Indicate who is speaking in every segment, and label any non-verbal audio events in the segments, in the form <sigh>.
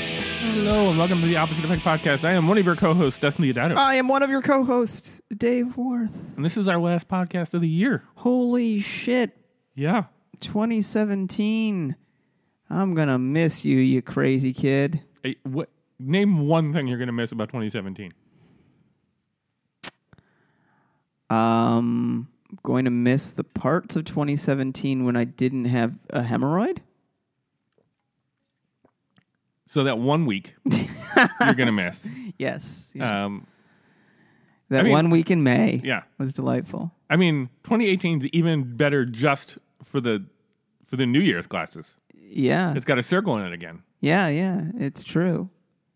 Speaker 1: Hello and welcome to the Opposite Effect Podcast. I am one of your co-hosts, Destiny Adado,
Speaker 2: I am one of your co-hosts, Dave Worth.
Speaker 1: and this is our last podcast of the year.
Speaker 2: Holy shit,
Speaker 1: Yeah,
Speaker 2: 2017. I'm gonna miss you, you crazy kid.
Speaker 1: Hey, what, name one thing you're going to miss about 2017.
Speaker 2: Um, going to miss the parts of 2017 when I didn't have a hemorrhoid.
Speaker 1: So that one
Speaker 2: <laughs>
Speaker 1: week you're going to miss.
Speaker 2: Yes, yes.
Speaker 1: Um,
Speaker 2: that
Speaker 1: I mean-
Speaker 2: one week in May.
Speaker 1: Yeah.
Speaker 2: was delightful.
Speaker 1: I mean, 2018 is even better just for the for the New Year's classes.
Speaker 2: Yeah,
Speaker 1: It's got a circle in it again.
Speaker 2: yeah, yeah. It's true.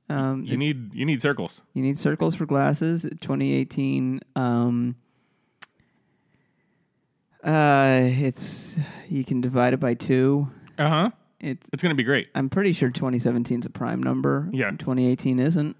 Speaker 2: Um,
Speaker 1: You need you need circles.
Speaker 2: You need circles for glasses. 2018. Um, uh, it's you can divide it by two.
Speaker 1: Uh
Speaker 2: Uh-huh.
Speaker 1: huh.
Speaker 2: It's
Speaker 1: It's going to be great.
Speaker 2: I'm pretty sure 2017 is a prime number.
Speaker 1: Yeah.
Speaker 2: and 2018 isn't.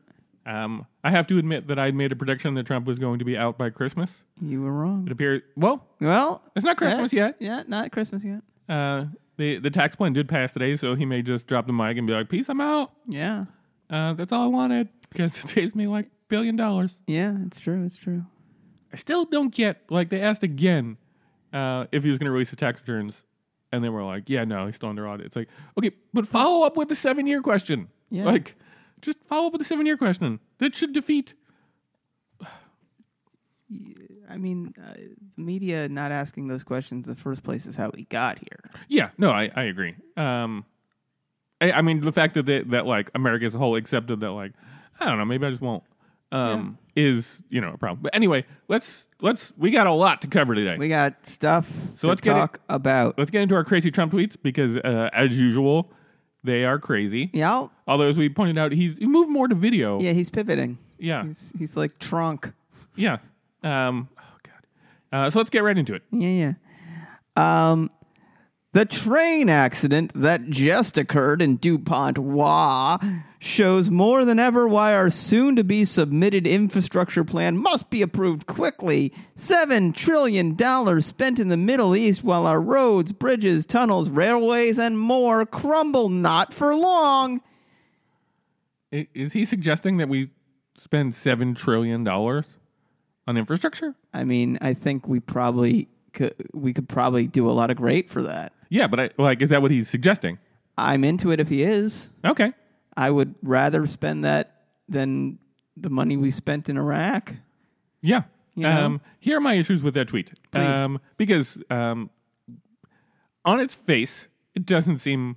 Speaker 1: Um, I have to admit that I made a prediction that Trump was going to be out by Christmas.
Speaker 2: You were
Speaker 1: It
Speaker 2: wrong.
Speaker 1: appears. Well,
Speaker 2: Well,
Speaker 1: it's not Christmas yet.
Speaker 2: yeah, not Christmas yet.
Speaker 1: Uh, the the tax plan did pass today, so he may just drop the mic and be like, "Peace, I'm out."
Speaker 2: Yeah,
Speaker 1: Uh, that's all I wanted because it saves me like billion dollars.
Speaker 2: yeah, it's true. It's true.
Speaker 1: I still don't get like they asked again uh, if he was going to release the tax returns, and they were like, "Yeah, no, he's still under audit." It's like, okay, but follow up with the seven year question.
Speaker 2: Yeah.
Speaker 1: Like, just follow up with the seven year question. That should defeat.
Speaker 2: I mean, uh, the media not asking those questions in the first place is how we got here.
Speaker 1: Yeah, no, I, I agree. Um, I, I mean, the fact that they, that like America as a whole accepted that like I don't know, maybe I just won't. Um, is you know a problem. But anyway, let's let's we got a lot to cover today.
Speaker 2: We got stuff to
Speaker 1: let's get it-
Speaker 2: talk about.
Speaker 1: let's get into our crazy Trump tweets because uh, as usual, they are crazy.
Speaker 2: Yeah,
Speaker 1: Although as we pointed out, he's he moved more to video.
Speaker 2: yeah, he's pivoting.
Speaker 1: yeah,
Speaker 2: He's he's like trunk.
Speaker 1: yeah. Um, oh god. Uh, so let's get right into it.
Speaker 2: Yeah, yeah. Um, the train accident that just occurred in DuPont, WA, shows more than ever why our soon to be submitted infrastructure plan must be approved quickly. $7 trillion spent in the Middle East while our roads, bridges, tunnels, railways, and more crumble not for long.
Speaker 1: I- Is he suggesting that we spend seven trillion dollars on infrastructure?
Speaker 2: I mean, I think we probably could, we could probably do a lot of great for that.
Speaker 1: Yeah, but I, like, is that what he's suggesting?
Speaker 2: I'm into it if he is.
Speaker 1: Okay.
Speaker 2: I would rather spend that than the money we spent in Iraq.
Speaker 1: Yeah.
Speaker 2: know?
Speaker 1: Um, here are my issues with that tweet. Um, because um, on its face, it doesn't seem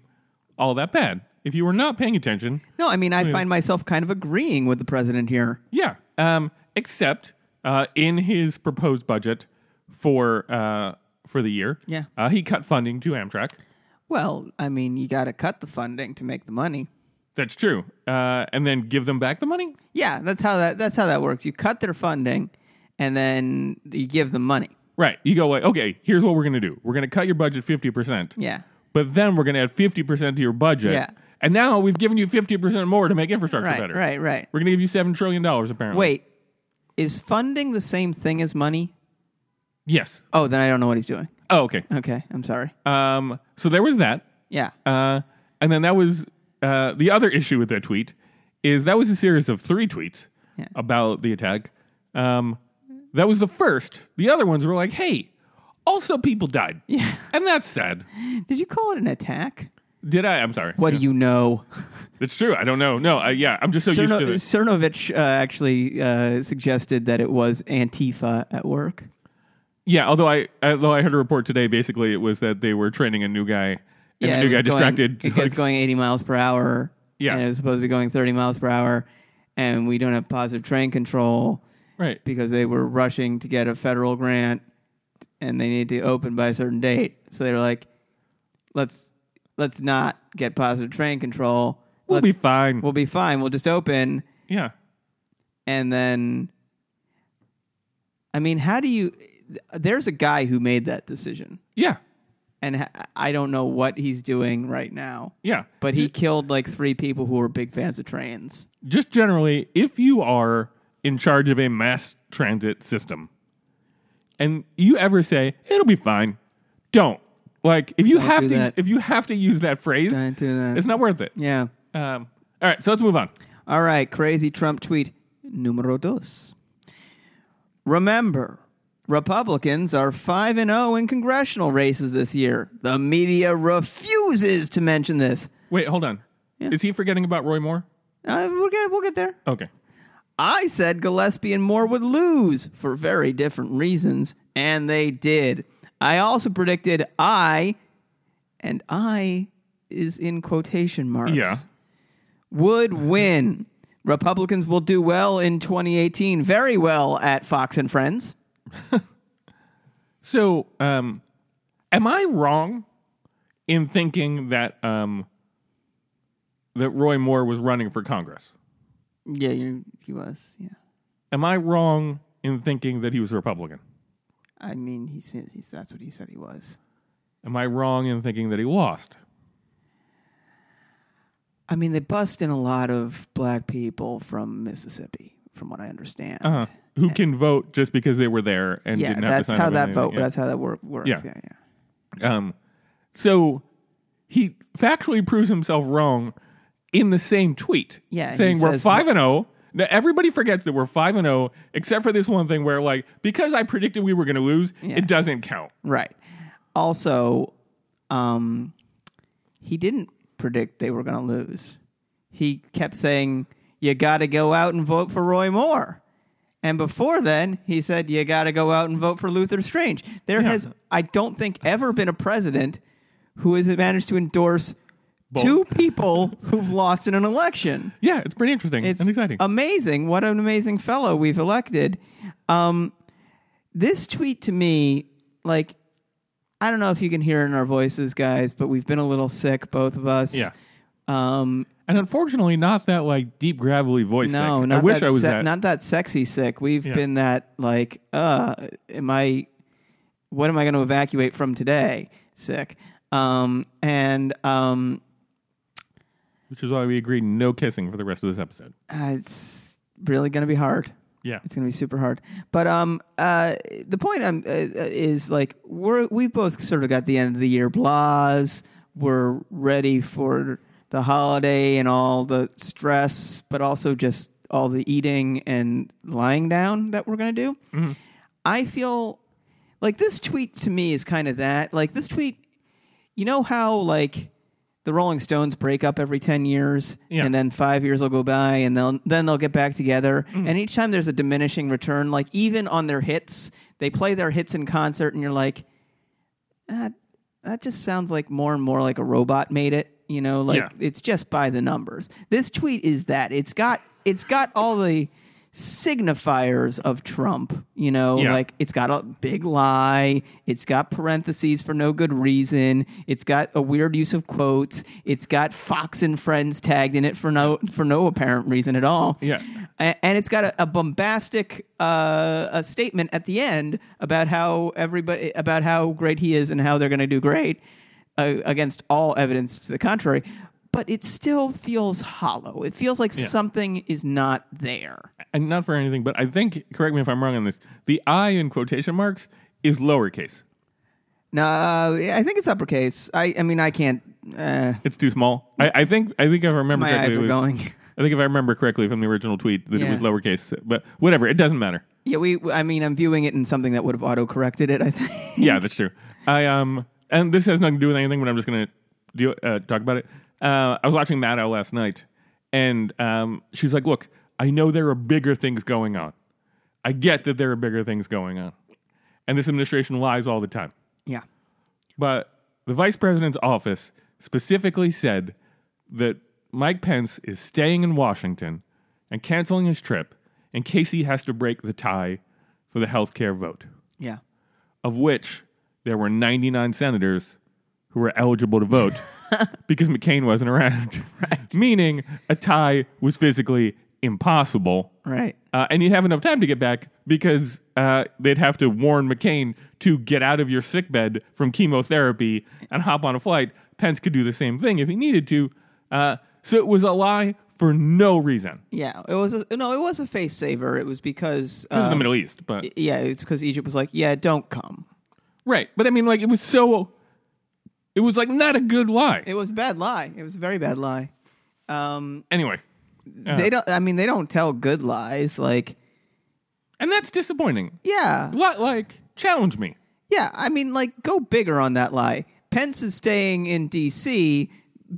Speaker 1: all that bad. If you were not paying attention,
Speaker 2: No, I mean, I find myself kind of agreeing with the president here.
Speaker 1: yeah. Um, except uh, in his proposed budget for uh, for the year,
Speaker 2: Yeah.
Speaker 1: uh, he cut funding to Amtrak.
Speaker 2: Well, I mean, you got to cut the funding to make the money.
Speaker 1: That's true. Uh, and then give them back the money.
Speaker 2: Yeah, that's how that that's how that works. You cut their funding, and then you give them money.
Speaker 1: Right. You go like, okay, here's what we're gonna do. We're gonna cut your budget fifty percent.
Speaker 2: Yeah,
Speaker 1: but then we're going to add 50% to your budget.
Speaker 2: Yeah.
Speaker 1: And now we've given you 50% more to make infrastructure
Speaker 2: right,
Speaker 1: better.
Speaker 2: right, right.
Speaker 1: We're going to give you $7 trillion, apparently.
Speaker 2: Wait, is funding the same thing as money?
Speaker 1: Yes.
Speaker 2: Oh, then I don't know what he's doing.
Speaker 1: Oh, okay.
Speaker 2: Okay, I'm sorry.
Speaker 1: Um, so there was that.
Speaker 2: Yeah,
Speaker 1: Uh, and then that was uh, the other issue with that tweet is that was a series of three tweets
Speaker 2: Yeah.
Speaker 1: about the attack. Um, that was the first. The other ones were like, hey, also people died.
Speaker 2: yeah.
Speaker 1: And that's sad.
Speaker 2: Did you call it an attack?
Speaker 1: Did I? I'm sorry.
Speaker 2: What do you know?
Speaker 1: It's true. I don't know. No, I, yeah, I'm just so used
Speaker 2: Cerno-
Speaker 1: to this.
Speaker 2: Cernovich uh, actually uh, suggested that it was Antifa at work.
Speaker 1: Yeah, although I although I heard a report today, basically it was that they were training a new guy, and
Speaker 2: it
Speaker 1: the new
Speaker 2: was
Speaker 1: guy
Speaker 2: going-
Speaker 1: distracted. <laughs>
Speaker 2: It was
Speaker 1: like,
Speaker 2: going 80 miles per hour.
Speaker 1: Yeah.
Speaker 2: And it was supposed to be going 30 miles per hour. And we don't have positive train control
Speaker 1: right,
Speaker 2: because they were rushing to get a federal grant and they need to open by a certain date. So they were like, let's let's not get positive train control.
Speaker 1: we'll
Speaker 2: Let's-
Speaker 1: be fine.
Speaker 2: we'll be fine. We'll just open.
Speaker 1: yeah,
Speaker 2: and then i mean how do you there's a guy who made that decision
Speaker 1: yeah,
Speaker 2: and ha- i don't know what he's doing right now
Speaker 1: yeah.
Speaker 2: but he killed like three people who were big fans of trains
Speaker 1: just generally, if you are in charge of a mass transit system, and you ever say it'll be fine, don't like if you have
Speaker 2: do
Speaker 1: to
Speaker 2: that.
Speaker 1: if you have to use that phrase,
Speaker 2: Don't do that.
Speaker 1: it's not worth it.
Speaker 2: yeah
Speaker 1: Um, All right, so let's move on.
Speaker 2: All right, crazy Trump tweet numero dos. Remember, Republicans are 5 and 0 in congressional races this year. The media refuses to mention this.
Speaker 1: Wait, hold on.
Speaker 2: Yeah.
Speaker 1: Is he forgetting about Roy Moore?
Speaker 2: Uh, we'll, get, we'll get there.
Speaker 1: Okay.
Speaker 2: I said Gillespie and Moore would lose for very different reasons, and they did. I also predicted I, and I is in quotation marks,
Speaker 1: Yeah.
Speaker 2: would win. Republicans will do well in 2018, very well at Fox and Friends.
Speaker 1: So, um, am I wrong in thinking that um, that Roy Moore was running for Congress?
Speaker 2: Yeah, you, he was. Yeah,
Speaker 1: Am I wrong in thinking that he was a Republican?
Speaker 2: I mean, he says he's, that's what he said he was.
Speaker 1: Am I wrong in thinking that he lost?
Speaker 2: I mean, they bust in a lot of black people from Mississippi, from what I understand.
Speaker 1: Uh, who can vote just because they were there and
Speaker 2: yeah,
Speaker 1: didn't have
Speaker 2: that's
Speaker 1: to sign
Speaker 2: how
Speaker 1: up
Speaker 2: that
Speaker 1: and
Speaker 2: vote.
Speaker 1: anything?
Speaker 2: That's how that work works.
Speaker 1: Yeah.
Speaker 2: yeah, yeah.
Speaker 1: Yeah. Um, so he factually proves himself wrong in the same tweet.
Speaker 2: Yeah, he
Speaker 1: saying we're
Speaker 2: says-
Speaker 1: five and zero. Now everybody forgets that we're five and zero, except for this one thing where like because I predicted we were going to lose, it doesn't count.
Speaker 2: Right. Also, um, he didn't predict they were going to lose. He kept saying, "You got to go out and vote for Roy Moore." And before then, he said, "You got to go out and vote for Luther Strange." There has, I don't think, ever been a president who has managed to endorse two people who've lost in an election.
Speaker 1: Yeah, it's pretty interesting
Speaker 2: It's
Speaker 1: and exciting.
Speaker 2: Amazing. What an amazing fellow we've elected. Um, this tweet to me, like, I don't know if you can hear it in our voices, guys, but we've been a little sick, both of us.
Speaker 1: yeah,
Speaker 2: Um,
Speaker 1: and unfortunately, not that like deep gravelly voice.
Speaker 2: no,
Speaker 1: thing.
Speaker 2: not
Speaker 1: I wish
Speaker 2: that
Speaker 1: I was
Speaker 2: se-
Speaker 1: that.
Speaker 2: not that sexy sick. We've
Speaker 1: Yeah.
Speaker 2: been that like, uh, am I? What am I going to evacuate from today? Sick. Um, and um,
Speaker 1: which is why we agreed no kissing for the rest of this episode.
Speaker 2: uh, it's really going to be hard.
Speaker 1: Yeah,
Speaker 2: It's gonna be super hard. But um, uh, the point I'm uh, uh, is like we're we both sort of got the end of the year blahs. We're ready for the holiday and all the stress, but also just all the eating and lying down that we're gonna do. I feel like this tweet to me is kind of that. Like this tweet, you know how like the Rolling Stones break up every ten years,
Speaker 1: Yeah.
Speaker 2: and then five years will go by, and they'll then they'll get back together.
Speaker 1: Mm-hmm.
Speaker 2: And each time there's a diminishing return. Like even on their hits, they play their hits in concert, and you're like, ah, that just sounds like more and more like a robot made it. You know, like
Speaker 1: Yeah.
Speaker 2: it's just by the numbers. This tweet is that it's got it's got all the signifiers of Trump. You know,
Speaker 1: Yeah.
Speaker 2: like it's got a big lie. It's got parentheses for no good reason. It's got a weird use of quotes. It's got Fox and Friends tagged in it for no for no apparent reason at all.
Speaker 1: Yeah.
Speaker 2: A- and it's got a, a bombastic uh, a statement at the end about how everybody about how great he is and how they're going to do great uh, against all evidence to the contrary. But it still feels hollow. It feels like something is not there.
Speaker 1: and not for anything, but I think correct me if I'm wrong on this. The I in quotation marks is lowercase.
Speaker 2: No, uh, I think it's uppercase. I, I mean, I can't. Uh,
Speaker 1: It's too small. I, I think I think if I remember
Speaker 2: my
Speaker 1: correctly,
Speaker 2: eyes
Speaker 1: it
Speaker 2: are
Speaker 1: was-
Speaker 2: going. <laughs>
Speaker 1: I think if I remember correctly from the original tweet that it
Speaker 2: Yeah.
Speaker 1: was lowercase, but whatever, it doesn't matter.
Speaker 2: yeah, we. I mean, I'm viewing it in something that would have auto corrected it. I think. <laughs>
Speaker 1: Yeah, that's true. I um, and this has nothing to do with anything, but I'm just gonna do, uh, talk about it. Uh, I was watching Maddow last night, and um, she's like, "Look, I know there are bigger things going on. I get that there are bigger things going on, and this administration lies all the time.
Speaker 2: Yeah.
Speaker 1: But the vice president's office specifically said that Mike Pence is staying in Washington and canceling his trip in case he has to break the tie for the health care vote,
Speaker 2: Yeah.
Speaker 1: of which there were 99 senators who were eligible to vote because McCain wasn't around, meaning a tie was physically impossible.
Speaker 2: Right.
Speaker 1: Uh, and you'd have enough time to get back because uh, they'd have to warn McCain to get out of your sickbed from chemotherapy and hop on a flight. Pence could do the same thing if he needed to. Uh, so it was a lie for no reason.
Speaker 2: Yeah. It was a, no. It was a face saver. It was because.
Speaker 1: This is the
Speaker 2: Uh,
Speaker 1: Middle East, but
Speaker 2: yeah, it was because Egypt was like, yeah, don't come.
Speaker 1: right. But I mean, like it was so. It was like not a good lie.
Speaker 2: It was a bad lie. It was a very bad lie. Um,
Speaker 1: Anyway,
Speaker 2: they don't. I mean, they don't tell good lies. Like,
Speaker 1: and that's disappointing.
Speaker 2: yeah,
Speaker 1: Li- like challenge me.
Speaker 2: yeah. I mean, like, go bigger on that lie. Pence is staying in D.C.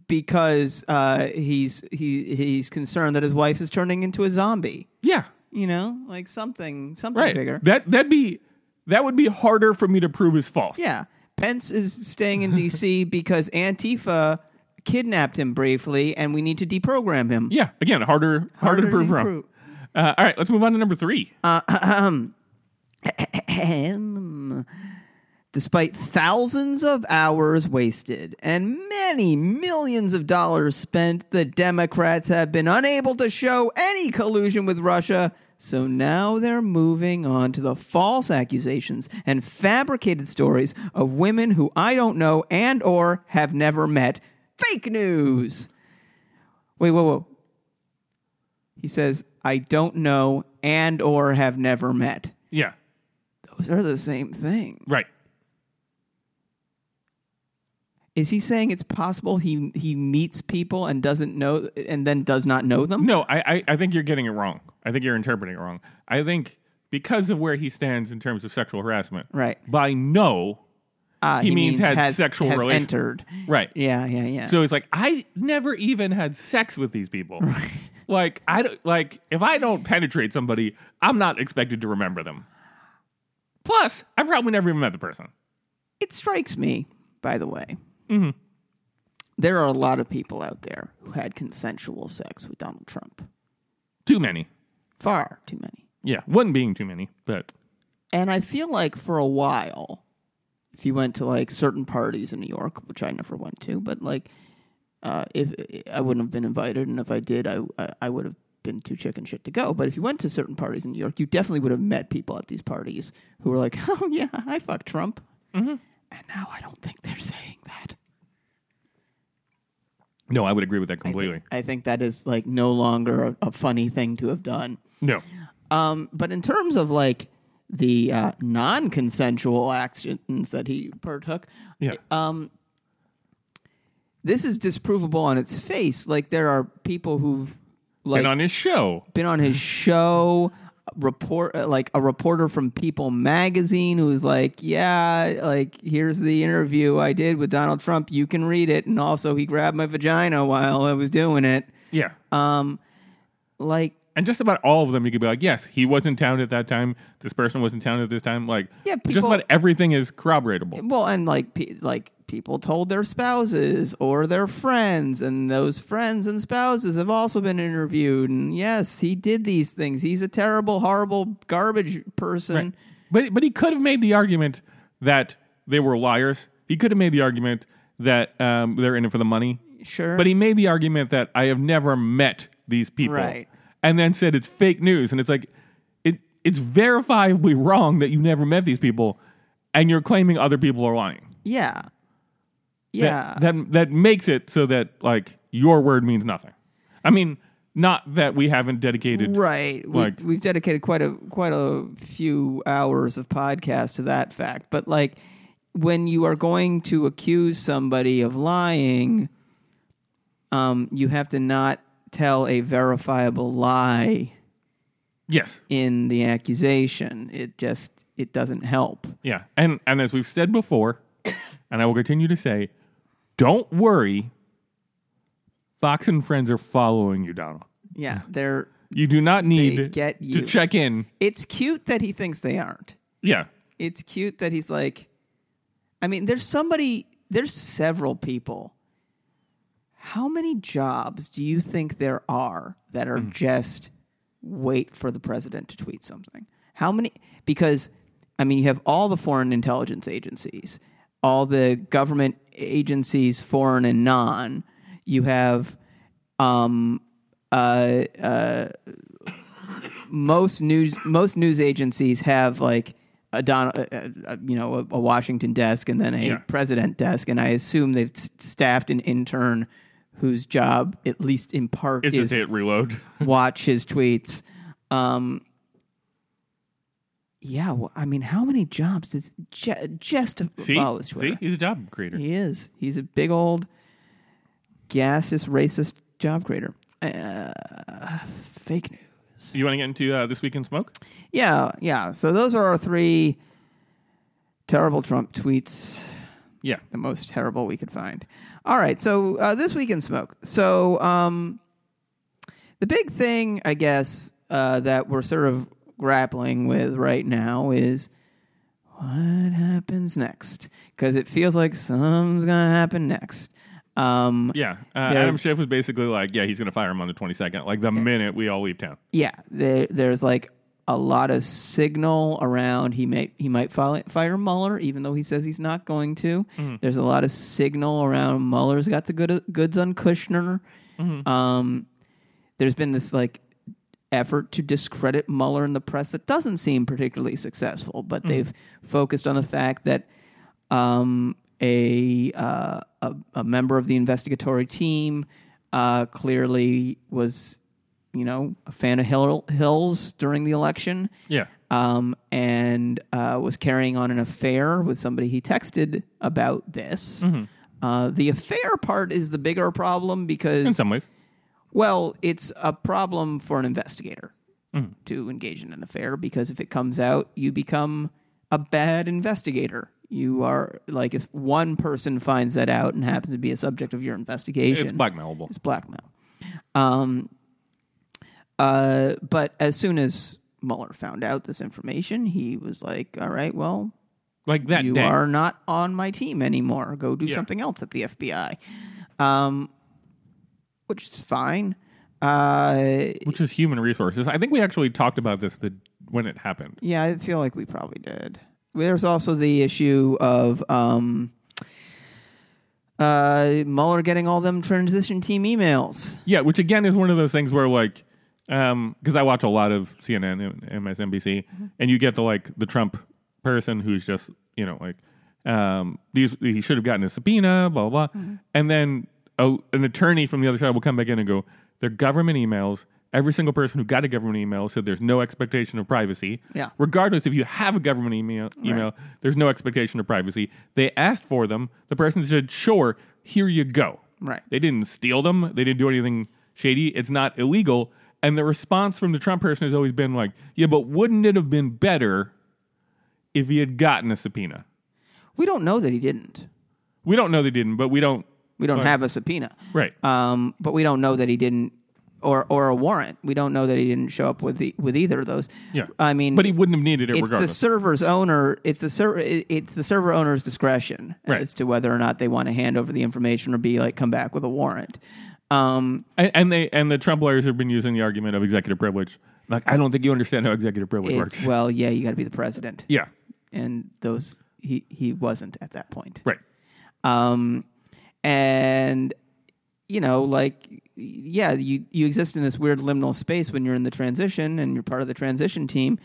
Speaker 2: because uh, he's he he's concerned that his wife is turning into a zombie.
Speaker 1: Yeah,
Speaker 2: You know, like something something
Speaker 1: right.
Speaker 2: bigger.
Speaker 1: That that'd be that would be harder for me to prove is false.
Speaker 2: Yeah. Pence is staying in DC because Antifa kidnapped him briefly and we need to deprogram him.
Speaker 1: Yeah, again, harder, harder, to prove wrong.
Speaker 2: prove.
Speaker 1: Uh, all right, let's move on to number three.
Speaker 2: Ahem. Despite thousands of hours wasted and many millions of dollars spent, the Democrats have been unable to show any collusion with Russia. So now they're moving on to the false accusations and fabricated stories of women who I don't know and or have never met. Fake news. Wait, whoa, whoa. He says, I don't know and or have never met
Speaker 1: yeah,
Speaker 2: those are the same thing.
Speaker 1: right.
Speaker 2: Is he saying it's possible he he meets people and doesn't know and then does not know them?
Speaker 1: No, I, I, I think you're getting it wrong. I think you're interpreting it wrong. I think because of where he stands in terms of sexual harassment,
Speaker 2: Right.
Speaker 1: by no,
Speaker 2: Ah,
Speaker 1: He means had sexual
Speaker 2: has
Speaker 1: relation-
Speaker 2: entered.
Speaker 1: right.
Speaker 2: Yeah, yeah, yeah.
Speaker 1: So it's like I never even had sex with these people. Like I don't, like if I don't penetrate somebody, I'm not expected to remember them. Plus, I probably never even met the person.
Speaker 2: <laughs> it strikes me, by the way,
Speaker 1: Mm-hmm.
Speaker 2: there are a lot of people out there who had consensual sex with Donald Trump.
Speaker 1: Too many.
Speaker 2: Far too many.
Speaker 1: Yeah, one being too many, but
Speaker 2: And I feel like for a while, if you went to like certain parties in New York, which I never went to, but like uh, if I wouldn't have been invited, and if I did, I I- I would have been too chicken shit to go. But if you went to certain parties in New York, you definitely would have met people at these parties who were like, <laughs> "Oh yeah, I fucked Trump," and now I don't think they're saying that.
Speaker 1: no, I would agree with that
Speaker 2: I
Speaker 1: completely.
Speaker 2: think, I think that is like no longer a, a funny thing to have done.
Speaker 1: No.
Speaker 2: Um, but in terms of like the uh, non-consensual actions that he partook,
Speaker 1: Yeah.
Speaker 2: this is disprovable on its face. Like there are people who've like
Speaker 1: and on his show.
Speaker 2: been on his show. Report uh, like a reporter from People Magazine who was like, "Yeah, like here's the interview I did with Donald Trump. You can read it." And also, he grabbed my vagina while I was doing it.
Speaker 1: Yeah.
Speaker 2: Like,
Speaker 1: and just about all of them, you could be like, yes, he was in town at that time. This person was in town at this time. Like,
Speaker 2: Yeah,
Speaker 1: just
Speaker 2: people-
Speaker 1: about everything is corroboratable.
Speaker 2: well, and like, pe- like people told their spouses or their friends, and those friends and spouses have also been interviewed. And yes, he did these things. He's a terrible, horrible, garbage person.
Speaker 1: But but he could have made the argument that they were liars. He could have made the argument that um, they're in it for the money.
Speaker 2: Sure,
Speaker 1: But he made the argument that I have never met these people,
Speaker 2: Right.
Speaker 1: and then said it's fake news. And it's like, it it's verifiably wrong that you never met these people, and you're claiming other people are lying.
Speaker 2: Yeah. Yeah.
Speaker 1: that, that that makes it so that like your word means nothing. I mean, not that we haven't dedicated.
Speaker 2: right.
Speaker 1: like-
Speaker 2: we've, we've dedicated quite a quite a few hours of podcast to that fact, but like when you are going to accuse somebody of lying, um, you have to not tell a verifiable lie
Speaker 1: Yes,
Speaker 2: in the accusation. It just it doesn't help.
Speaker 1: yeah, and and as we've said before, <coughs> and I will continue to say, don't worry. Fox and friends are following you, Donald.
Speaker 2: Yeah, they're.
Speaker 1: You do not need
Speaker 2: They get you.
Speaker 1: to check in.
Speaker 2: It's cute that he thinks they aren't.
Speaker 1: Yeah,
Speaker 2: it's cute that he's like i mean there's somebody there's several people how many jobs do you think there are that are just wait for the president to tweet something how many because i mean you have all the foreign intelligence agencies all the government agencies foreign and non you have um uh most news most news agencies have like a Don, uh, uh, you know, a, a Washington desk and then a
Speaker 1: Yeah.
Speaker 2: president desk, and I assume they've s- staffed an intern whose job, at least in part,
Speaker 1: it's
Speaker 2: is
Speaker 1: just <laughs> hit reload.
Speaker 2: watch his tweets. Um, yeah, well, I mean, how many jobs does Je- just
Speaker 1: See,
Speaker 2: follows
Speaker 1: see,
Speaker 2: Twitter?
Speaker 1: he's a job creator.
Speaker 2: He is. He's a big old gaseous racist job creator. Uh, fake news.
Speaker 1: You want to get into uh, this week in smoke?
Speaker 2: Yeah, yeah. So those are our three terrible Trump tweets.
Speaker 1: Yeah.
Speaker 2: the most terrible we could find. All right, so uh, this week in smoke. So um, the big thing, I guess, uh, that we're sort of grappling with right now is what happens next because it feels like something's gonna happen next. Um,
Speaker 1: Yeah. Uh,
Speaker 2: There-
Speaker 1: Adam Schiff was basically like, yeah, he's going to fire him on the 22nd, like the minute we all leave town.
Speaker 2: yeah, there, there's like a lot of signal around. He may he might file, fire Mueller, even though he says he's not going to. There's a lot of signal around Mueller's got the good goods on Kushner. Um, there's been this like effort to discredit Mueller in the press that doesn't seem particularly successful, but they've focused on the fact that um, a, uh, a a member of the investigatory team uh, clearly was, you know, a fan of Hill, Hills during the election,
Speaker 1: Yeah.
Speaker 2: um, and uh, was carrying on an affair with somebody he texted about this. Uh, the affair part is the bigger problem because
Speaker 1: In some ways.
Speaker 2: well, it's a problem for an investigator to engage in an affair because if it comes out, you become a bad investigator. You are like if one person finds that out and happens to be a subject of your investigation,
Speaker 1: It's blackmailable.
Speaker 2: it's blackmail. Um, uh, but as soon as Mueller found out this information, he was like, "All right, well,
Speaker 1: Like that
Speaker 2: you
Speaker 1: day.
Speaker 2: are not on my team anymore. Go do something else at the FBI. Um, which is fine. Uh,
Speaker 1: which is human resources. I think we actually talked about this the, when it happened.
Speaker 2: yeah, I feel like we probably did. There's also the issue of um, uh, Mueller getting all them transition team emails.
Speaker 1: Yeah, which again is one of those things where like, because I watch a lot of CNN and MSNBC, and you get the like the Trump person who's just you know like um, these he should have gotten a subpoena, blah blah, blah. and then a, an attorney from the other side will come back in and go, they're government emails. Every single person who got a government email said there's no expectation of privacy.
Speaker 2: Yeah.
Speaker 1: Regardless if you have a government email, email there's no expectation of privacy. They asked for them. The person said, sure, here you go.
Speaker 2: Right.
Speaker 1: They didn't steal them. They didn't do anything shady. It's not illegal. And the response from the Trump person has always been like, yeah, but wouldn't it have been better if he had gotten a subpoena?
Speaker 2: We don't know that he didn't.
Speaker 1: We don't know they didn't, but we don't.
Speaker 2: We don't have a subpoena.
Speaker 1: Right.
Speaker 2: um, but we don't know that he didn't, or or a warrant. We don't know that he didn't show up with the, with either of those.
Speaker 1: Yeah.
Speaker 2: I mean,
Speaker 1: But he wouldn't have needed it
Speaker 2: it's the
Speaker 1: regardless.
Speaker 2: server's owner. It's the server. It's the server owner's discretion
Speaker 1: Right.
Speaker 2: as to whether or not they want to hand over the information or be like come back with a warrant. Um,
Speaker 1: and, and they and the Trump lawyers have been using the argument of executive privilege. Like, I don't think you understand how executive privilege
Speaker 2: it's,
Speaker 1: works.
Speaker 2: well, yeah, you got to be the president,
Speaker 1: yeah.
Speaker 2: and those he he wasn't at that point.
Speaker 1: Right.
Speaker 2: um, and you know like yeah you you exist in this weird liminal space when you're in the transition and you're part of the transition team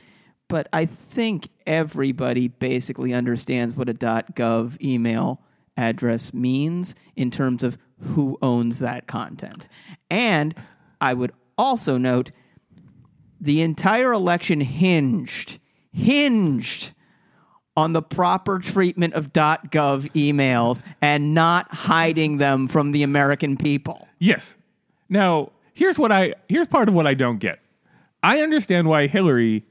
Speaker 2: but i think everybody basically understands what a gov email address means in terms of who owns that content and i would also note the entire election hinged hinged on the proper treatment of .gov emails and not hiding them from the American people.
Speaker 1: Yes. Now, here's what I here's part of what I don't get. I understand why Hillary,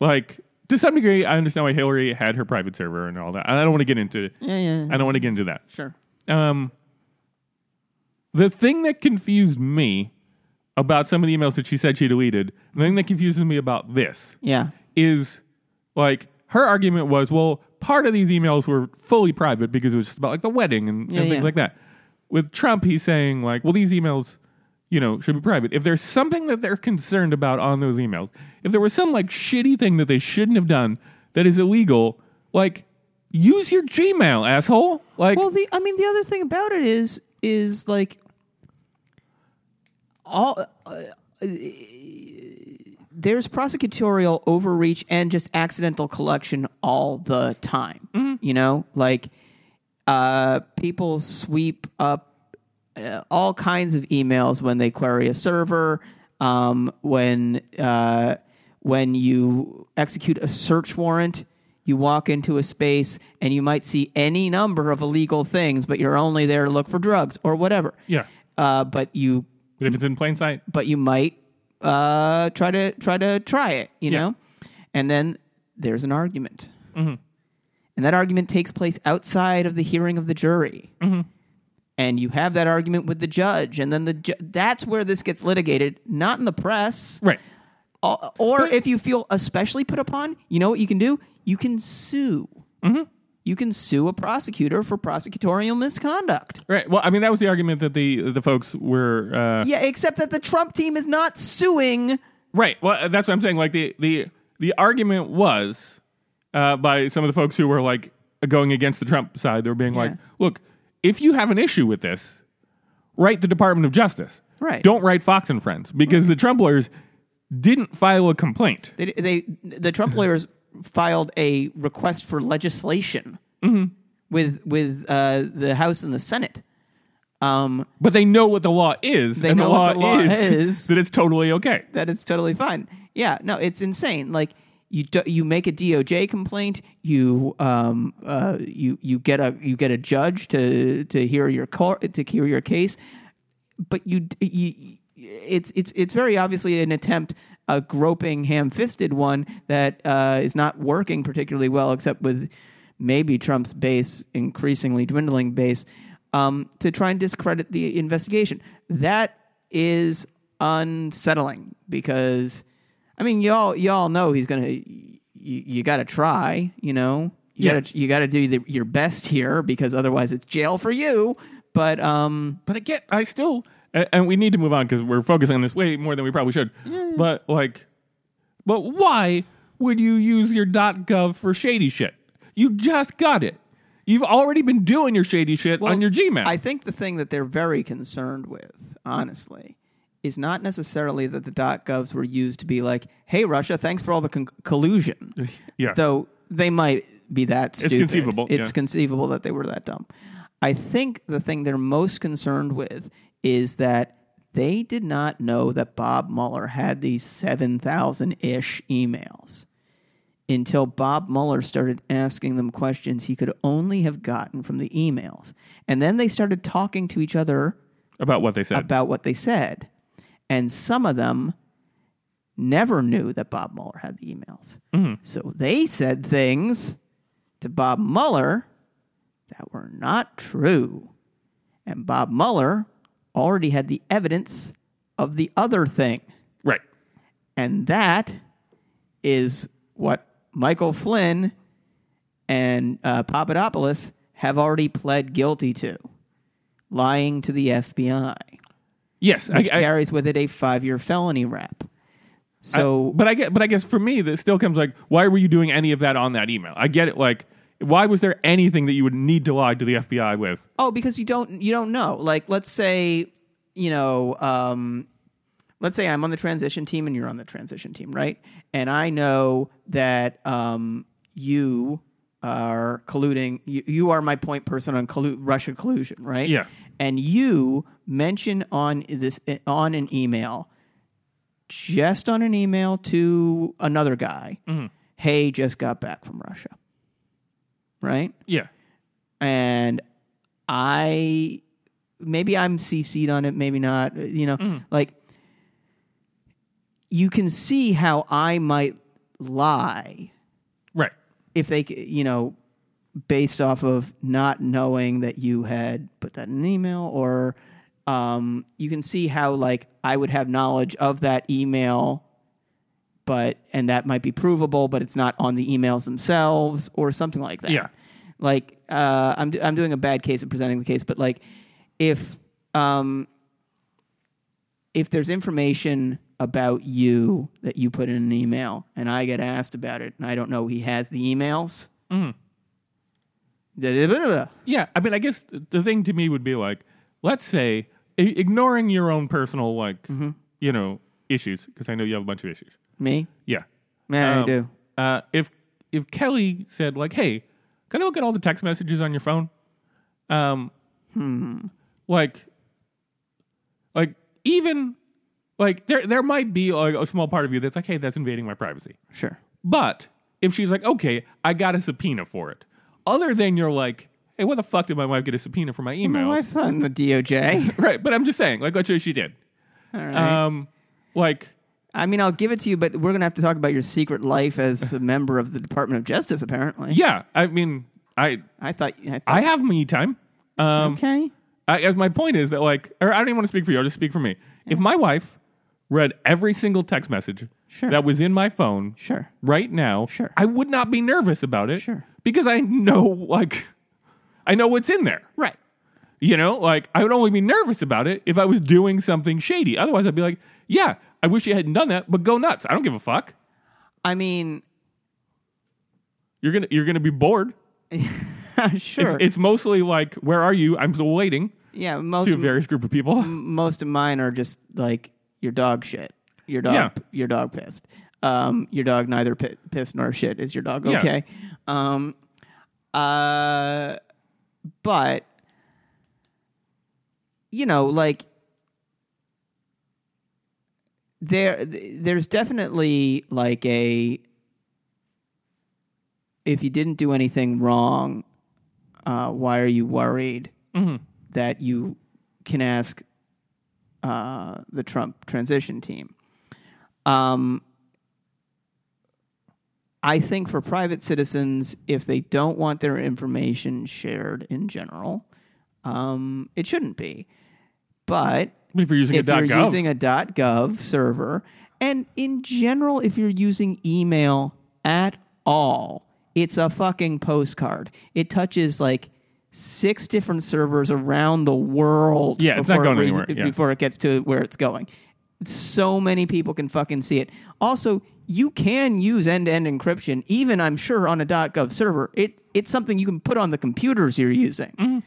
Speaker 1: like to some degree, I understand why Hillary had her private server and all that. And I don't want to get into
Speaker 2: Yeah, yeah,
Speaker 1: I don't want to get into that.
Speaker 2: sure.
Speaker 1: Um, the thing that confused me about some of the emails that she said she deleted, the thing that confuses me about this
Speaker 2: Yeah.
Speaker 1: is like her argument was, well, part of these emails were fully private because it was just about like the wedding and, and things
Speaker 2: yeah.
Speaker 1: like that. With Trump, he's saying like, well, these emails, you know, should be private. If there's something that they're concerned about on those emails, if there was some like shitty thing that they shouldn't have done that is illegal, like use your Gmail, asshole. Like,
Speaker 2: Well, the I mean, the other thing about it is is like all uh, uh, there's prosecutorial overreach and just accidental collection all the time. You know, like uh, people sweep up uh, all kinds of emails when they query a server. Um, when uh, when you execute a search warrant, you walk into a space and you might see any number of illegal things, but you're only there to look for drugs or whatever.
Speaker 1: yeah.
Speaker 2: Uh, but you
Speaker 1: But if it's in plain sight,
Speaker 2: but you might uh, try to try to try it, you
Speaker 1: Yeah.
Speaker 2: know. And then there's an argument, and that argument takes place outside of the hearing of the jury. And you have that argument with the judge, and then the ju- that's where this gets litigated, not in the press.
Speaker 1: right?
Speaker 2: Or, or if you feel especially put upon, you know what you can do? You can sue. You can sue a prosecutor for prosecutorial misconduct.
Speaker 1: Right. Well, I mean, that was the argument that the the folks were. Uh,
Speaker 2: Yeah, except that the Trump team is not suing.
Speaker 1: Right. Well, uh, that's what I'm saying. Like the the the argument was uh, by some of the folks who were like going against the Trump side. They were being like,
Speaker 2: Yeah.
Speaker 1: "Look, if you have an issue with this, write the Department of Justice.
Speaker 2: Right.
Speaker 1: Don't write Fox and Friends because the Trump lawyers didn't file a complaint.
Speaker 2: They, they the Trump lawyers filed a request for legislation with with uh, the House and the Senate. Um,
Speaker 1: But they know what the law is.
Speaker 2: They
Speaker 1: and
Speaker 2: know
Speaker 1: the law,
Speaker 2: what the law
Speaker 1: <laughs>
Speaker 2: is.
Speaker 1: that it's totally okay.
Speaker 2: that it's totally fine. Yeah, no, it's insane. Like you do, you make a DOJ complaint, you um uh you you get a you get a judge to to hear your cor- to hear your case, but you you it's it's it's very obviously an attempt a groping ham-fisted one that uh, is not working particularly well except with maybe Trump's base increasingly dwindling base um, to try and discredit the investigation that is unsettling because I mean y'all y'all know he's gonna you, you gotta try you know you
Speaker 1: Yeah.
Speaker 2: gotta you gotta do the, your best here because otherwise it's jail for you but um
Speaker 1: But I get, I still, a- and we need to move on because we're focusing on this way more than we probably should. But like, but why would you use your .gov for shady shit? You just got it. You've already been doing your shady shit on your Gmail.
Speaker 2: I think the thing that they're very concerned with, honestly, is not necessarily that the .govs were used to be like, "Hey, Russia, thanks for all the con- collusion."
Speaker 1: Yeah.
Speaker 2: Though they might be that stupid.
Speaker 1: conceivable,
Speaker 2: It's
Speaker 1: yeah.
Speaker 2: conceivable that they were that dumb. I think the thing they're most concerned with is that they did not know that Bob Mueller had these seven thousand ish emails until Bob Mueller started asking them questions he could only have gotten from the emails. And then they started talking to each other
Speaker 1: about what they said.
Speaker 2: about what they said. And some of them never knew that Bob Mueller had the emails. So they said things to Bob Mueller that were not true. And Bob Mueller already had the evidence of the other thing.
Speaker 1: right.
Speaker 2: And that is what Michael Flynn and uh, Papadopoulos have already pled guilty to lying to the FBI,
Speaker 1: Yes. I,
Speaker 2: which
Speaker 1: I,
Speaker 2: carries with it a five year felony rap. So,
Speaker 1: but I get, but I guess for me, that still comes like, why were you doing any of that on that email? I get it. Like, why was there anything that you would need to lie to the FBI with?
Speaker 2: oh, because you don't you don't know. Like, let's say, you know, um, let's say I'm on the transition team and you're on the transition team, right? And I know that um, you are colluding. You, you are my point person on collu- Russia collusion, right?
Speaker 1: Yeah.
Speaker 2: And you mention on this on an email, just on an email to another guy. Hey, just got back from Russia, right?
Speaker 1: Yeah.
Speaker 2: and I maybe I'm CC'd on it, maybe not. You know, like you can see how I might lie
Speaker 1: Right.
Speaker 2: if they, c- you know, based off of not knowing that you had put that in an email, or um, you can see how like I would have knowledge of that email, but and that might be provable, but it's not on the emails themselves or something like that.
Speaker 1: Yeah.
Speaker 2: like uh, I'm do- I'm doing a bad case of presenting the case, but like if um, if there's information about you that you put in an email and I get asked about it and I don't know he has the emails. Da-da-da-da-da.
Speaker 1: Yeah, I mean, I guess th- the thing to me would be like, let's say, i- ignoring your own personal, like,
Speaker 2: Mm-hmm.
Speaker 1: you know, issues, because I know you have a bunch of issues.
Speaker 2: Me?
Speaker 1: Yeah.
Speaker 2: Man, I
Speaker 1: Um,
Speaker 2: do.
Speaker 1: Uh, if if Kelly said like, "Hey, can I look at all the text messages on your phone?" Um,
Speaker 2: Hmm.
Speaker 1: like, like even like there there might be like, a small part of you that's like, "Hey, that's invading my privacy."
Speaker 2: Sure.
Speaker 1: But if she's like, okay, I got a subpoena for it, other than you're like, hey, <laughs> what the fuck did my wife get a subpoena for my email?
Speaker 2: My wife's on the DOJ.
Speaker 1: Right, but I'm just saying, like, let's say she did.
Speaker 2: All right.
Speaker 1: Um, like
Speaker 2: I mean, I'll give it to you, but we're going to have to talk about your secret life as a member of the Department of Justice, apparently.
Speaker 1: yeah, I mean, I
Speaker 2: I thought. I, thought
Speaker 1: I have me time. Um,
Speaker 2: okay.
Speaker 1: I, as my point is that like, or I don't even want to speak for you. I'll just speak for me. If my wife read every single text message
Speaker 2: Sure.
Speaker 1: that was in my phone
Speaker 2: Sure.
Speaker 1: right now,
Speaker 2: Sure.
Speaker 1: I would not be nervous about it.
Speaker 2: Sure.
Speaker 1: Because I know like, I know what's in there.
Speaker 2: Right.
Speaker 1: You know, like I would only be nervous about it if I was doing something shady. Otherwise, I'd be like, yeah, I wish you hadn't done that, but go nuts. I don't give a fuck.
Speaker 2: I mean, <laughs>
Speaker 1: You're gonna you're gonna be bored.
Speaker 2: sure.
Speaker 1: It's mostly like, where are you? I'm still waiting
Speaker 2: yeah, most
Speaker 1: to a
Speaker 2: of, Mm.
Speaker 1: various group of people.
Speaker 2: most of mine are just like your dog shit. Your dog.
Speaker 1: Yeah.
Speaker 2: Your dog pissed. Um, your dog neither pi- pissed nor shit. Is your dog
Speaker 1: Yeah.
Speaker 2: okay? Um, uh, but you know, like there th- there's definitely like a if you didn't do anything wrong uh, why are you worried that you can ask uh, the trump transition team um, i think for private citizens if they don't want their information shared in general um, it shouldn't be but
Speaker 1: But <laughs> if you're using
Speaker 2: if
Speaker 1: a
Speaker 2: you're
Speaker 1: .gov,
Speaker 2: using a .gov server, and in general, if you're using email at all, it's a fucking postcard. It touches like six different servers around the world.
Speaker 1: Yeah, it's not
Speaker 2: before it
Speaker 1: going
Speaker 2: reads-
Speaker 1: anywhere, yeah.
Speaker 2: Before it gets to where it's going, so many people can fucking see it. Also, you can use end-to-end encryption, even I'm sure on a .gov server. It it's something you can put on the computers you're using.
Speaker 1: Mm-hmm.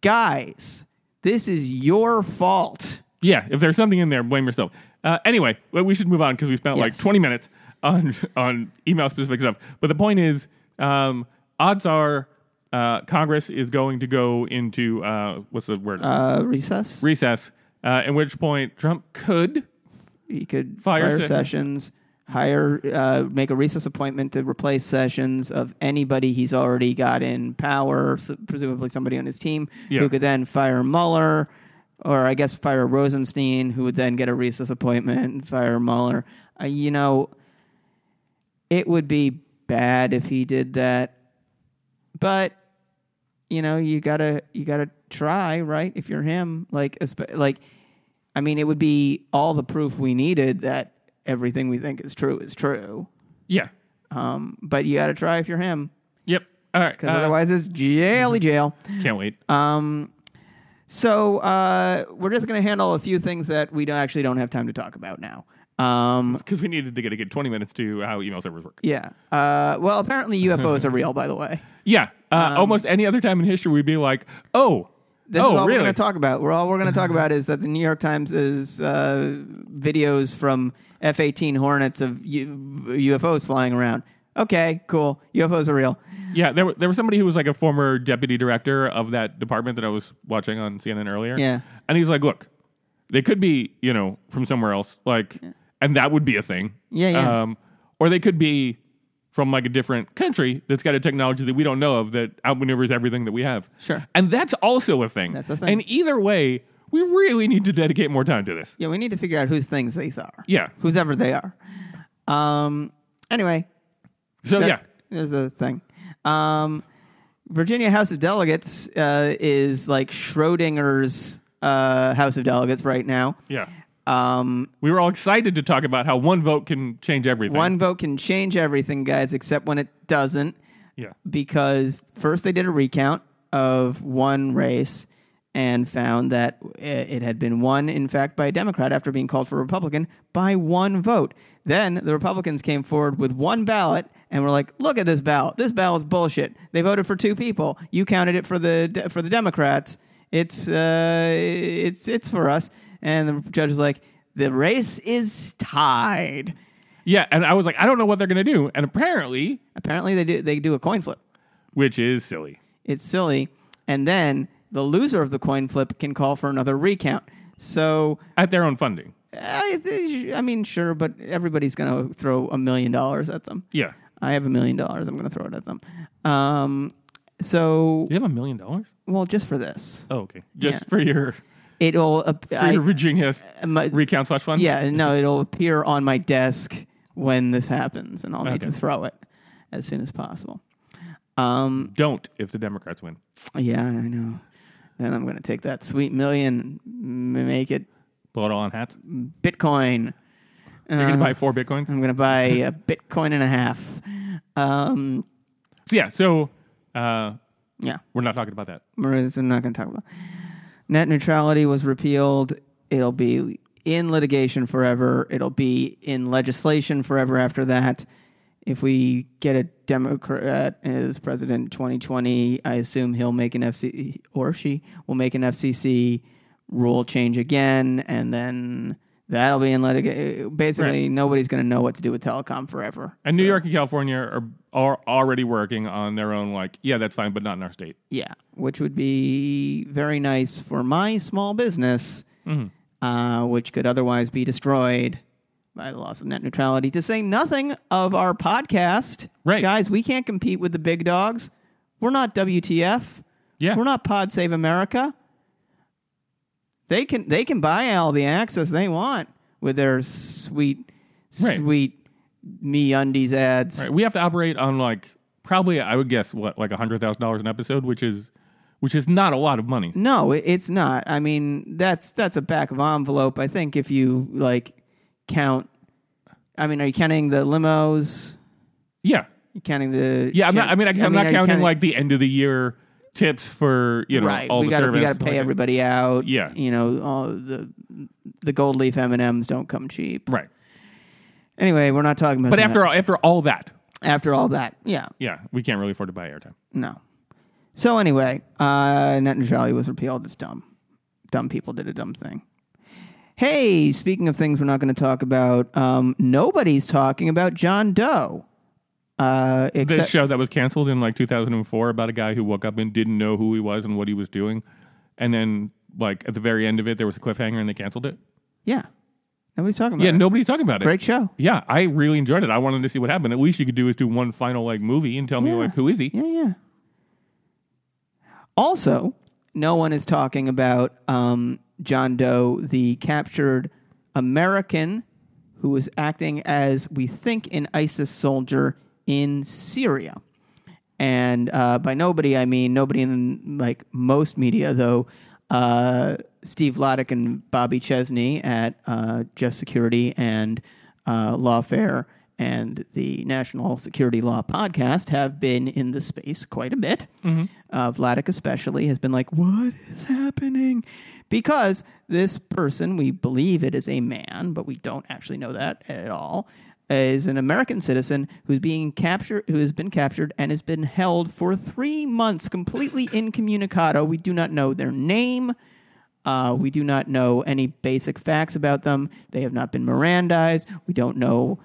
Speaker 2: Guys, this is your fault.
Speaker 1: yeah, if there's something in there, blame yourself. Uh, anyway, well, we should move on because we spent like
Speaker 2: Yes.
Speaker 1: 20 minutes on on email specific stuff. But the point is, um, odds are uh, Congress is going to go into uh, what's the word
Speaker 2: uh, recess.
Speaker 1: recess. Uh, at which point Trump could
Speaker 2: he could
Speaker 1: Fire
Speaker 2: fire,
Speaker 1: se-
Speaker 2: sessions, hire, uh, make a recess appointment to replace sessions of anybody he's already got in power, so presumably somebody on his team,
Speaker 1: Yeah.
Speaker 2: who could then fire Mueller, or I guess fire Rosenstein, who would then get a recess appointment and fire Mueller. Uh, you know, it would be bad if he did that, but you know you gotta you gotta try right if you're him like espe- like i mean it would be all the proof we needed that everything we think is true is true
Speaker 1: yeah
Speaker 2: um, but you gotta try if you're him
Speaker 1: yep all right
Speaker 2: because
Speaker 1: uh, mm-hmm.
Speaker 2: otherwise it's jaily jail
Speaker 1: can't wait
Speaker 2: um, so uh, we're just gonna handle a few things that we don't actually don't have time to talk about now um,
Speaker 1: because we needed to get a good 20 minutes to how email servers work.
Speaker 2: yeah uh, well apparently ufos are real by the way
Speaker 1: Yeah, uh, almost any other time in history we'd be like, oh,
Speaker 2: Um, This
Speaker 1: oh,
Speaker 2: is all
Speaker 1: really?
Speaker 2: we're going to talk about. We're all we're going to talk about is that the New York Times is uh, videos from F-18 Hornets of U- UFOs flying around. Okay, cool. UFOs are real.
Speaker 1: Yeah, there, wa- there was somebody who was like a former deputy director of that department that I was watching on CNN earlier.
Speaker 2: Yeah.
Speaker 1: And he's like, look, they could be, you know, from somewhere else. Like, and that would be a thing.
Speaker 2: Yeah, yeah.
Speaker 1: Um, or they could be from like a different country that's got a technology that we don't know of that outmaneuvers everything that we have.
Speaker 2: Sure.
Speaker 1: And that's also a thing.
Speaker 2: That's a thing.
Speaker 1: And either way, we really need to dedicate more time to this.
Speaker 2: Yeah, we need to figure out whose things these are.
Speaker 1: Yeah.
Speaker 2: whose ever they are. Um. Anyway,
Speaker 1: So,
Speaker 2: that-
Speaker 1: Oh, yeah.
Speaker 2: there's a thing. Um, Virginia House of Delegates uh, is like Schrodinger's uh, House of Delegates right now.
Speaker 1: Yeah.
Speaker 2: Um,
Speaker 1: We were all excited to talk about how one vote can change everything.
Speaker 2: one vote can change everything, guys, except when it doesn't.
Speaker 1: Yeah.
Speaker 2: because first they did a recount of one race and found that i- it had been won, in fact, by a Democrat after being called for a Republican by one vote. Then the Republicans came forward with one ballot and were like, "Look at this ballot. This ballot's bullshit. They voted for two people. You counted it for the de- for the Democrats. It's uh, it's it's for us." And the judge was like, "The race is tied."
Speaker 1: Yeah, and I was like, I don't know what they're going to do. And apparently,
Speaker 2: Apparently, they do they do a coin flip.
Speaker 1: which is silly.
Speaker 2: it's silly. And then the loser of the coin flip can call for another recount. So,
Speaker 1: At their own funding.
Speaker 2: uh, it's- it's- I mean, sure, but everybody's going to throw a million dollars at them.
Speaker 1: Yeah.
Speaker 2: I have a million dollars. I'm going to throw it at them. Um, so,
Speaker 1: Do you have a million dollars?
Speaker 2: well, just for this,
Speaker 1: Oh, okay. Just
Speaker 2: Yeah.
Speaker 1: for your
Speaker 2: it'll ap-
Speaker 1: For your
Speaker 2: I, uh,
Speaker 1: Virginia
Speaker 2: my,
Speaker 1: recount slash fun.
Speaker 2: yeah no it'll appear on my desk when this happens and i'll need
Speaker 1: Okay.
Speaker 2: to throw it as soon as possible um
Speaker 1: Don't if the Democrats win.
Speaker 2: yeah i know then i'm going to take that sweet million m- make it
Speaker 1: Blow it all on hats. You're
Speaker 2: bitcoin
Speaker 1: gonna
Speaker 2: Uh,
Speaker 1: buy four bitcoins.
Speaker 2: i'm going to buy a bitcoin and a half um
Speaker 1: So yeah. So uh,
Speaker 2: yeah
Speaker 1: we're not talking about that.
Speaker 2: Marissa, I'm not going to talk about. Net neutrality was repealed. It'll be in litigation forever. It'll be in legislation forever after that. If we get a Democrat uh, as president in 2020, I assume he'll make an FC or she will make an FCC rule change again, and then that'll be in litigation. Basically, nobody's going to know what to do with telecom forever.
Speaker 1: And New York and California are are already working on their own. Like, yeah, that's fine, but not in our state.
Speaker 2: Yeah, which would be very nice for my small business,
Speaker 1: Mm-hmm.
Speaker 2: uh, which could otherwise be destroyed by the loss of net neutrality. To say nothing of our podcast,
Speaker 1: Right.
Speaker 2: guys, we can't compete with the big dogs. We're not WTF.
Speaker 1: Yeah.
Speaker 2: We're not Pod Save America. They can they can buy all the access they want with their sweet,
Speaker 1: Right.
Speaker 2: sweet me undies ads.
Speaker 1: Right. We have to operate on like probably I would guess what like a hundred thousand dollars an episode, which is which is not a lot of money.
Speaker 2: No, it- it's not. I mean, that's that's a back of envelope. I think if you like count, I mean, are you counting the limos?
Speaker 1: Yeah.
Speaker 2: You counting the
Speaker 1: Yeah. I'm not. I mean, I, am not
Speaker 2: are you
Speaker 1: counting, like the end of the year tips for you know
Speaker 2: right.
Speaker 1: all
Speaker 2: we
Speaker 1: the
Speaker 2: gotta
Speaker 1: service.
Speaker 2: we gotta
Speaker 1: and stuff
Speaker 2: pay
Speaker 1: like that.
Speaker 2: everybody out.
Speaker 1: Yeah.
Speaker 2: you know, all the the gold leaf M and M's don't come cheap.
Speaker 1: Right.
Speaker 2: Anyway, we're not talking about.
Speaker 1: But
Speaker 2: that.
Speaker 1: after all, after all that,
Speaker 2: after all that, yeah,
Speaker 1: yeah, we can't really afford to buy airtime.
Speaker 2: no. So anyway, uh, net neutrality was repealed. It's dumb. Dumb people did a dumb thing. Hey, speaking of things we're not going to talk about, um, nobody's talking about John Doe. Uh,
Speaker 1: The
Speaker 2: except
Speaker 1: show that was canceled in like 2004 about a guy who woke up and didn't know who he was and what he was doing, and then like at the very end of it, there was a cliffhanger and they canceled it.
Speaker 2: yeah, nobody's talking about.
Speaker 1: Yeah,
Speaker 2: it.
Speaker 1: nobody's talking about it.
Speaker 2: great show.
Speaker 1: Yeah, I really enjoyed it. I wanted to see what happened. At least you could do is do one final like movie and tell me
Speaker 2: Yeah.
Speaker 1: like who is he?
Speaker 2: Yeah, yeah. Also, no one is talking about um, John Doe, the captured American who was acting as we think an ISIS soldier in Syria. And uh, by nobody, I mean nobody in like most media, though. Uh, Steve Loddick and Bobby Chesney at uh, Just Security and uh, Lawfare and the National Security Law podcast have been in the space quite a bit. Uh, Vladek especially has been like, "What is happening?" Because this person, we believe it is a man, but we don't actually know that at all is an American citizen who's being captured, who has been captured and has been held for three months completely incommunicado. We do not know their name. Uh, we do not know any basic facts about them. They have not been Mirandized. We don't know.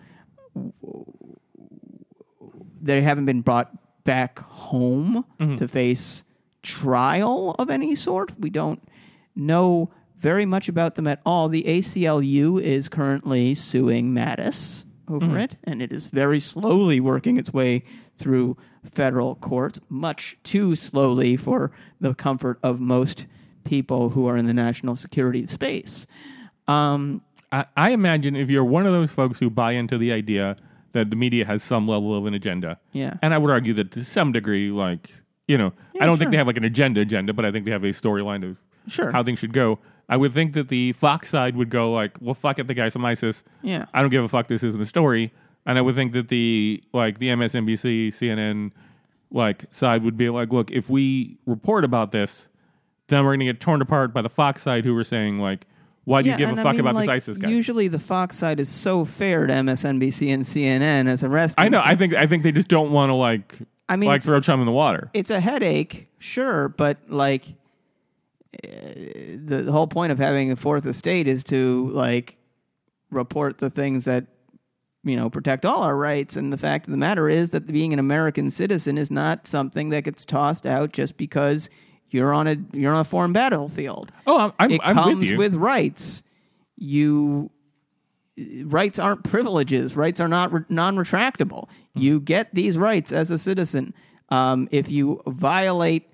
Speaker 2: They haven't been brought back home to face trial of any sort. We don't know very much about them at all. The ACLU is currently suing Mattis over it, and it is very slowly working its way through federal courts, much too slowly for the comfort of most people who are in the national security space. Um,
Speaker 1: I, I imagine if you're one of those folks who buy into the idea that the media has some level of an agenda,
Speaker 2: Yeah.
Speaker 1: and I would argue that to some degree, like you know, I don't think they have like an agenda agenda, but I think they have a storyline of
Speaker 2: Sure.
Speaker 1: how things should go. I would think that the Fox side would go like, well, fuck it, the guy's from ISIS.
Speaker 2: Yeah.
Speaker 1: I don't give a fuck. This isn't a story. And I would think that the like the MSNBC, CNN, like side would be like, look, if we report about this, then we're going to get torn apart by the Fox side who were saying like, why do you give a
Speaker 2: and I
Speaker 1: fuck
Speaker 2: mean,
Speaker 1: about
Speaker 2: like,
Speaker 1: this ISIS guy?
Speaker 2: Usually, the Fox side is so fair to MSNBC and CNN as a rest.
Speaker 1: I know. I think I think they just don't want to like.
Speaker 2: I mean,
Speaker 1: like
Speaker 2: it's-
Speaker 1: throw chum in the water.
Speaker 2: it's a headache, sure, but like uh, the, the whole point of having the fourth estate is to like report the things that you know protect all our rights and the fact of the matter is that being an american citizen is not something that gets tossed out just because you're on a you're on a foreign battlefield
Speaker 1: Oh, I'm I'm,
Speaker 2: it
Speaker 1: I'm
Speaker 2: comes
Speaker 1: with you.
Speaker 2: rights. You rights aren't privileges. Rights are not re- non-retractable. You get these rights as a citizen. Um, if you violate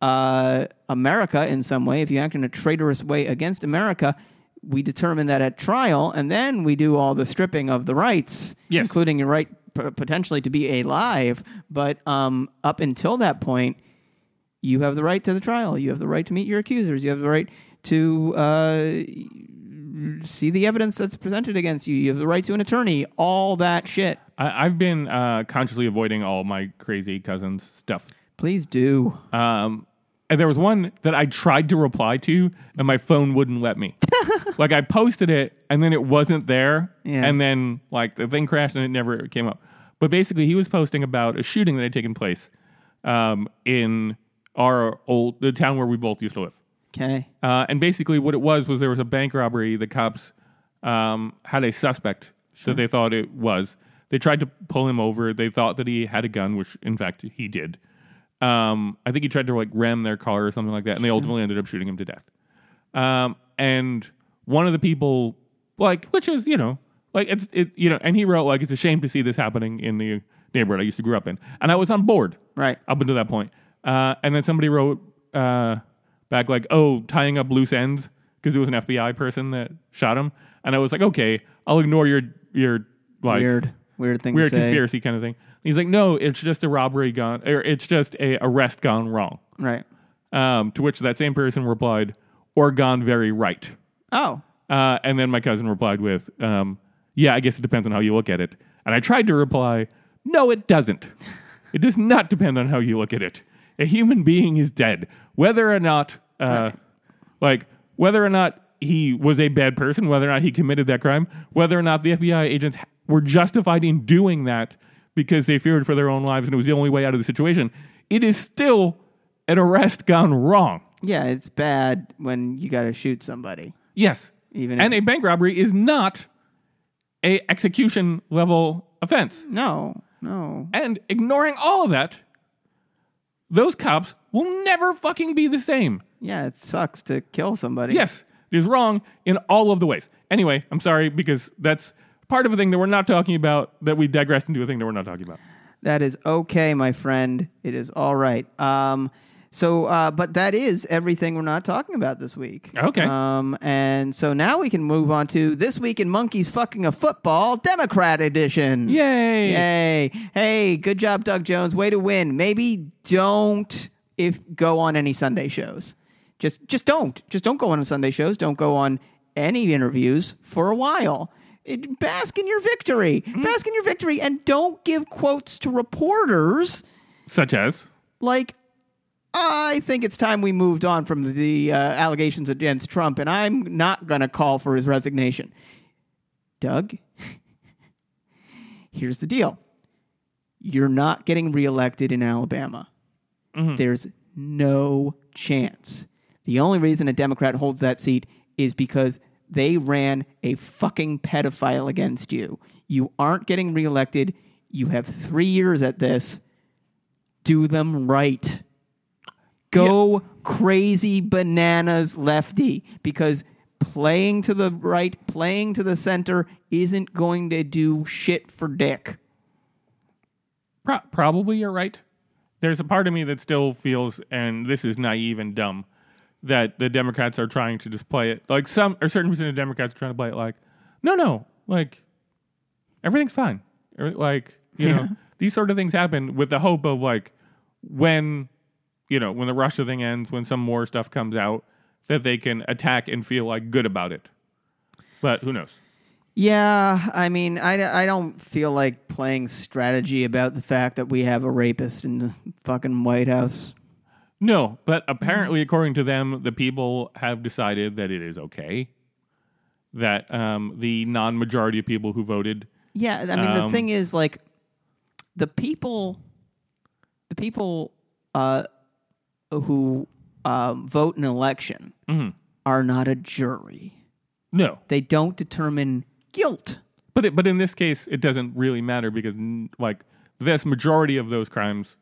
Speaker 2: uh, America in some way, if you act in a traitorous way against America, we determine that at trial, and then we do all the stripping of the rights,
Speaker 1: Yes.
Speaker 2: including your right p- potentially to be alive. But um, up until that point, you have the right to the trial. You have the right to meet your accusers. You have the right to uh, see the evidence that's presented against you. You have the right to an attorney. All that shit.
Speaker 1: I, I've been uh, consciously avoiding all my crazy cousins stuff.
Speaker 2: Please do.
Speaker 1: Um, and there was one that I tried to reply to, and my phone wouldn't let
Speaker 2: <laughs>
Speaker 1: me. like I posted it, and then it wasn't there,
Speaker 2: Yeah.
Speaker 1: and then like the thing crashed, and it never came up. But basically, he was posting about a shooting that had taken place um, in our old the town where we both used to live.
Speaker 2: Okay.
Speaker 1: Uh, and basically, what it was was there was a bank robbery. The cops um, had a suspect that they thought it was. They tried to pull him over. They thought that he had a gun, which in fact he did. Um, I think he tried to like ram their car or something like that, and they ultimately ended up shooting him to death. Um, and one of the people, like, which is you know, like it's it you know, and he wrote like it's a shame to see this happening in the neighborhood I used to grow up in, and I was on board
Speaker 2: Right.
Speaker 1: up until that point. Uh, and then somebody wrote uh, back like, "Oh, tying up loose ends," because it was an FBI person that shot him. And I was like, "Okay, I'll ignore your your like
Speaker 2: Weird. Weird thing
Speaker 1: weird
Speaker 2: to say.
Speaker 1: conspiracy kind of thing." And he's like, "No, it's just a robbery gone, or it's just a arrest gone wrong."
Speaker 2: Right.
Speaker 1: Um, to which that same person replied, "Or gone very right."
Speaker 2: Oh.
Speaker 1: Uh, and then my cousin replied with, um, "Yeah, I guess it depends on how you look at it." And I tried to reply, "No, it doesn't. it does not depend on how you look at it. A human being is dead, whether or not, uh, like, whether or not he was a bad person, whether or not he committed that crime, whether or not the FBI agents h- were justified in doing that because they feared for their own lives and it was the only way out of the situation. It is still an arrest gone wrong."
Speaker 2: Yeah, it's bad when you got to shoot somebody.
Speaker 1: Yes.
Speaker 2: Even if-
Speaker 1: and a bank robbery is not a execution level offense.
Speaker 2: No, no.
Speaker 1: And ignoring all of that, those cops will never fucking be the same.
Speaker 2: Yeah, it sucks to kill somebody.
Speaker 1: Yes, it is wrong in all of the ways. Anyway, I'm sorry because that's part of a thing that we're not talking about that we digressed into a thing that we're not talking about.
Speaker 2: That is okay, my friend. It is all right. Um, so, uh, but that is everything we're not talking about this week.
Speaker 1: Okay.
Speaker 2: Um, and so now we can move on to This Week in Monkeys Fucking a Football Democrat Edition.
Speaker 1: Yay.
Speaker 2: Yay. Hey, good job, Doug Jones. Way to win. Maybe don't if go on any Sunday shows. Just just don't. Just don't go on Sunday shows. Don't go on any interviews for a while. It, bask in your victory. Bask in your victory and don't give quotes to reporters
Speaker 1: Such as
Speaker 2: like I think it's time we moved on from the uh, allegations against Trump, and I'm not going to call for his resignation. Doug, <laughs> here's the deal you're not getting reelected in Alabama. There's no chance. The only reason a Democrat holds that seat is because they ran a fucking pedophile against you. You aren't getting reelected. You have three years at this do them right. Go crazy bananas lefty because playing to the right, playing to the center isn't going to do shit for dick.
Speaker 1: Pro- probably you're right. There's a part of me that still feels, and this is naive and dumb, that the Democrats are trying to display it. Like some, or certain percent of Democrats are trying to play it like, no, no, like everything's fine. Or, like, you know, <laughs> these sort of things happen with the hope of like when, you know, when the Russia thing ends, when some more stuff comes out, that they can attack and feel like good about it. But who knows?
Speaker 2: Yeah, I mean, I, I don't feel like playing strategy about the fact that we have a rapist in the fucking White House.
Speaker 1: No, but
Speaker 2: Mm.
Speaker 1: apparently, according to them, the people have decided that it is okay. That um, the non-majority of people who voted,
Speaker 2: Yeah, I mean, the
Speaker 1: Um,
Speaker 2: thing is, like, the people, the people uh, who um, vote in election
Speaker 1: Mm-hmm.
Speaker 2: are not a jury.
Speaker 1: no,
Speaker 2: They don't determine guilt.
Speaker 1: but it, but in this case, it doesn't really matter because n- like the vast majority of those crimes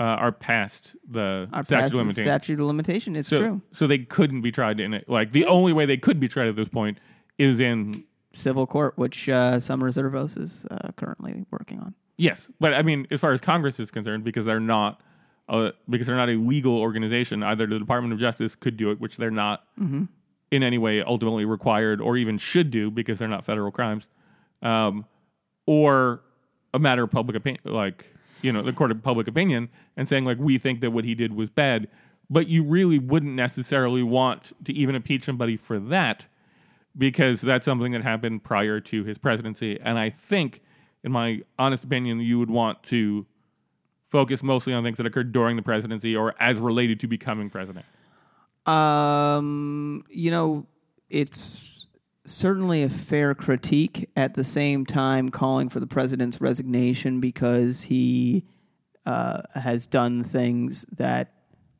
Speaker 1: uh, are past the
Speaker 2: Our
Speaker 1: statute
Speaker 2: past
Speaker 1: of
Speaker 2: the
Speaker 1: limitations.
Speaker 2: statute of limitation. It's
Speaker 1: so,
Speaker 2: true.
Speaker 1: so they couldn't be tried in it. Like the only way they could be tried at this point is in
Speaker 2: Civil court, which uh, some reservos is uh, currently working on.
Speaker 1: yes, but I mean, as far as Congress is concerned, because they're not uh, because they're not a legal organization. Either the Department of Justice could do it, which they're not in any way ultimately required or even should do because they're not federal crimes, um, or a matter of public opinion, like you know the court of public opinion, and saying like we think that what he did was bad, but you really wouldn't necessarily want to even impeach somebody for that because that's something that happened prior to his presidency. And I think, in my honest opinion, you would want to focus mostly on things that occurred during the presidency or as related to becoming president.
Speaker 2: Um, you know, it's certainly a fair critique at the same time calling for the president's resignation because he uh, has done things that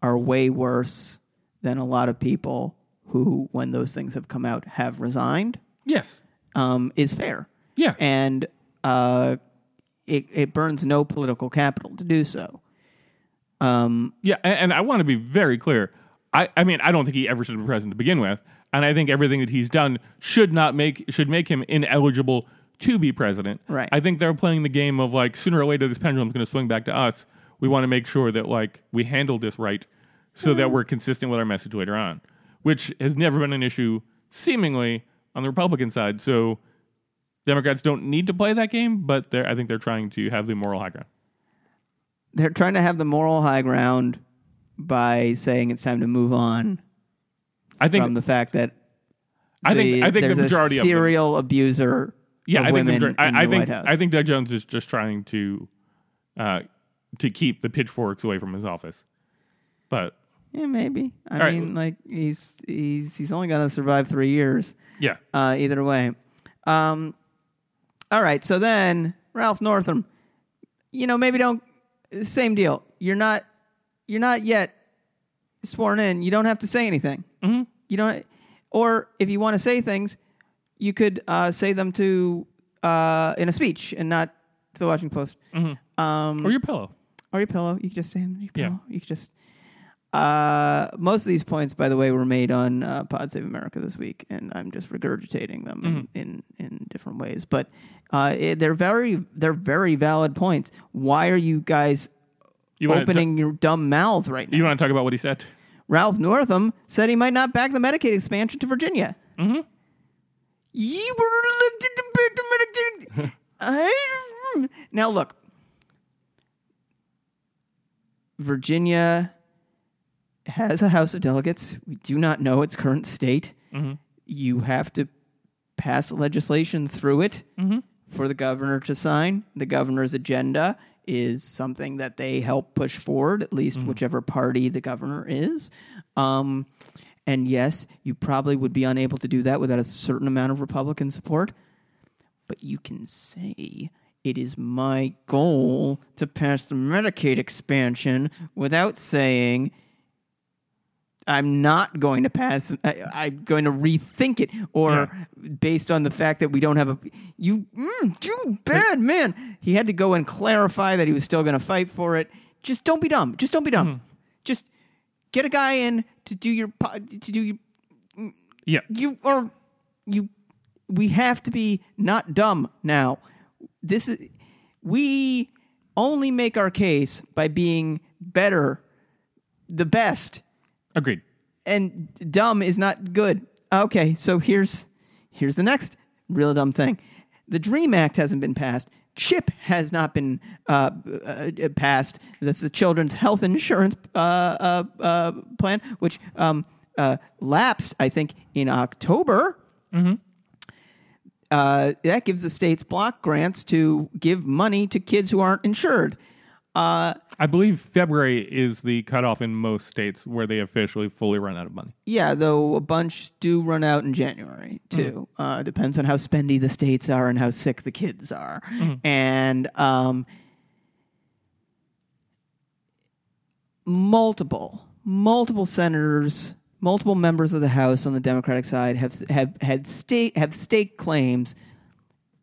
Speaker 2: are way worse than a lot of people who, when those things have come out, have resigned,
Speaker 1: Yes.
Speaker 2: um, is fair.
Speaker 1: Yeah.
Speaker 2: And uh, it, it burns no political capital to do so.
Speaker 1: yeah. And, and I want to be very clear. I, I mean, I don't think he ever should have been president to begin with. And I think everything that he's done should not make should make him ineligible to be president.
Speaker 2: Right.
Speaker 1: I think they're playing the game of like sooner or later this pendulum's going to swing back to us. We want to make sure that like we handle this right, so that we're consistent with our message later on, which has never been an issue seemingly on the Republican side. So Democrats don't need to play that game, but they're I think they're trying to have the moral high ground.
Speaker 2: they're trying to have the moral high ground by saying it's time to move on
Speaker 1: I think
Speaker 2: from the fact that
Speaker 1: I think I think the
Speaker 2: there's
Speaker 1: majority
Speaker 2: a
Speaker 1: of them-
Speaker 2: serial abuser
Speaker 1: yeah,
Speaker 2: of
Speaker 1: I think the
Speaker 2: women
Speaker 1: major- I,
Speaker 2: in
Speaker 1: I
Speaker 2: the
Speaker 1: think
Speaker 2: White House.
Speaker 1: I think Doug Jones is just trying to uh, to keep the pitchforks away from his office. But
Speaker 2: yeah, maybe. I
Speaker 1: All right.
Speaker 2: mean, like he's he's he's only gonna survive three years.
Speaker 1: yeah,
Speaker 2: Uh, either way, um, all right. So then Ralph Northam, you know, maybe don't same deal. You're not you're not yet sworn in. You don't have to say anything.
Speaker 1: Mhm.
Speaker 2: You don't, or if you want to say things, you could uh, say them to uh, in a speech and not to the Washington Post Um,
Speaker 1: or your pillow.
Speaker 2: or your pillow. You could just say them. to Your
Speaker 1: Yeah.
Speaker 2: pillow. You could just. Uh, most of these points, by the way, were made on uh, Pod Save America this week, and I'm just regurgitating them
Speaker 1: Mm-hmm.
Speaker 2: in, in in different ways. But uh, it, they're very they're very valid points. Why are you guys
Speaker 1: You want
Speaker 2: opening your dumb mouths right now?
Speaker 1: you want to talk about what he said?
Speaker 2: Ralph Northam said he might not back the Medicaid expansion to Virginia. Mm-hmm. You were elected to back the Medicaid. I- now look, Virginia has a House of Delegates. We do not know its current state. You have to pass legislation through it for the governor to sign. The governor's agenda is something that they help push forward, at least whichever party the governor is. Um, and yes, you probably would be unable to do that without a certain amount of Republican support, but you can say. It is my goal to pass the Medicaid expansion without saying I'm not going to pass. I, I'm going to rethink it, or based on the fact that we don't have a you, mm, you bad man. He had to go and clarify that he was still going to fight for it. Just don't be dumb. Just don't be dumb. Just get a guy in to do your po- to do your
Speaker 1: Yeah,
Speaker 2: you are you we have to be not dumb now this is we only make our case by being better the best
Speaker 1: agreed.
Speaker 2: and dumb is not good. Okay, so here's here's the next real dumb thing. The Dream Act hasn't been passed. CHIP has not been uh, uh, passed. That's the Children's Health Insurance uh, uh, uh, Plan, which um, uh, lapsed, I think, in October. Uh, that gives the states block grants to give money to kids who aren't insured.
Speaker 1: I believe February is the cutoff in most states where they officially fully run out of money.
Speaker 2: Yeah, though a bunch do run out in January too. Uh, depends on how spendy the states are and how sick the kids are, and um, multiple, multiple senators, multiple members of the House on the Democratic side have have had state have stake claims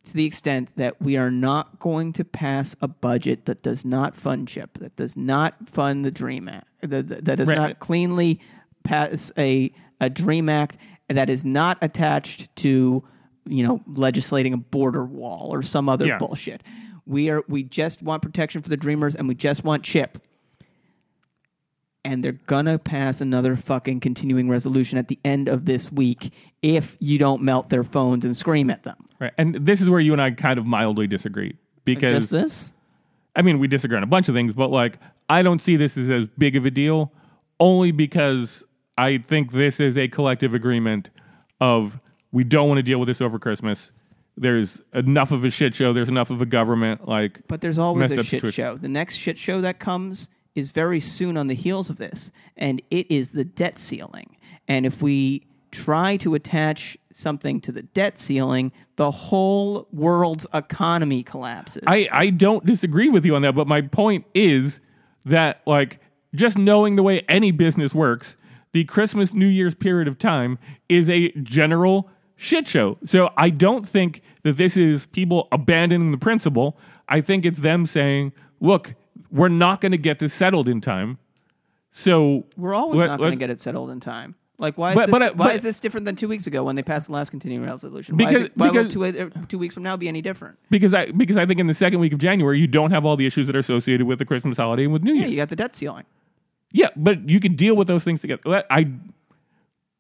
Speaker 2: to the extent that we are not going to pass a budget that does not fund CHIP, that does not fund the Dream Act, that, that that does
Speaker 1: Right.
Speaker 2: not cleanly pass a, a Dream Act that is not attached to, you know, legislating a border wall or some other
Speaker 1: Yeah.
Speaker 2: bullshit. We are we just want protection for the Dreamers and we just want CHIP. and they're gonna pass another fucking continuing resolution at the end of this week if you don't melt their phones and scream at them.
Speaker 1: Right. And this is where you and I kind of mildly disagree because
Speaker 2: Just this?
Speaker 1: I mean, we disagree on a bunch of things, but like, I don't see this as as big of a deal only because I think this is a collective agreement of we don't want to deal with this over Christmas. There's enough of a shit show. There's enough of a government. Like,
Speaker 2: But there's always
Speaker 1: Messed
Speaker 2: a
Speaker 1: up
Speaker 2: shit
Speaker 1: Twitter.
Speaker 2: show. The next shit show that comes is very soon on the heels of this, and it is the debt ceiling. And if we try to attach something to the debt ceiling, the whole world's economy collapses.
Speaker 1: I, I don't disagree with you on that, but my point is that like just knowing the way any business works, the Christmas New Year's period of time is a general shit show. So I don't think that this is people abandoning the principle. I think it's them saying, "Look, we're not going to get this settled in time." So
Speaker 2: We're always
Speaker 1: Let-
Speaker 2: not going to
Speaker 1: let's-
Speaker 2: get it settled in time. Like why? Is
Speaker 1: But-
Speaker 2: this,
Speaker 1: but I-
Speaker 2: why
Speaker 1: but-
Speaker 2: is this different than two weeks ago when they passed the last continuing resolution? Why, is
Speaker 1: Because-
Speaker 2: it, why
Speaker 1: because-
Speaker 2: will two, uh, two weeks from now be any different?
Speaker 1: because I because I think in the second week of January, you don't have all the issues that are associated with the Christmas holiday and with New
Speaker 2: Yeah,
Speaker 1: Year's.
Speaker 2: you got the debt ceiling.
Speaker 1: Yeah, but you can deal with those things together. Let- I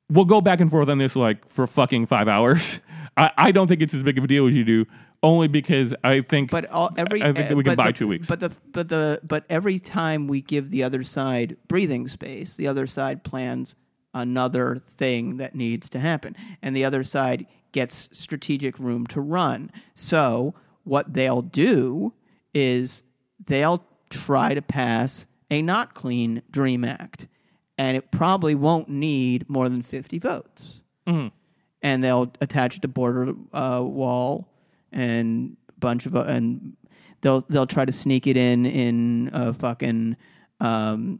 Speaker 1: we'll go back and forth on this like for fucking five hours. <laughs> I, I don't think it's as big of a deal as you do, only because I think
Speaker 2: But all, every
Speaker 1: I think that we can
Speaker 2: but
Speaker 1: buy
Speaker 2: the-
Speaker 1: two weeks.
Speaker 2: But the but the but every time we give the other side breathing space, the other side plans another thing that needs to happen, and the other side gets strategic room to run. So what they'll do is they'll try to pass a not clean Dream Act, and it probably won't need more than fifty votes and they'll attach it to border uh, wall and bunch of uh, and they'll they'll try to sneak it in in a fucking um,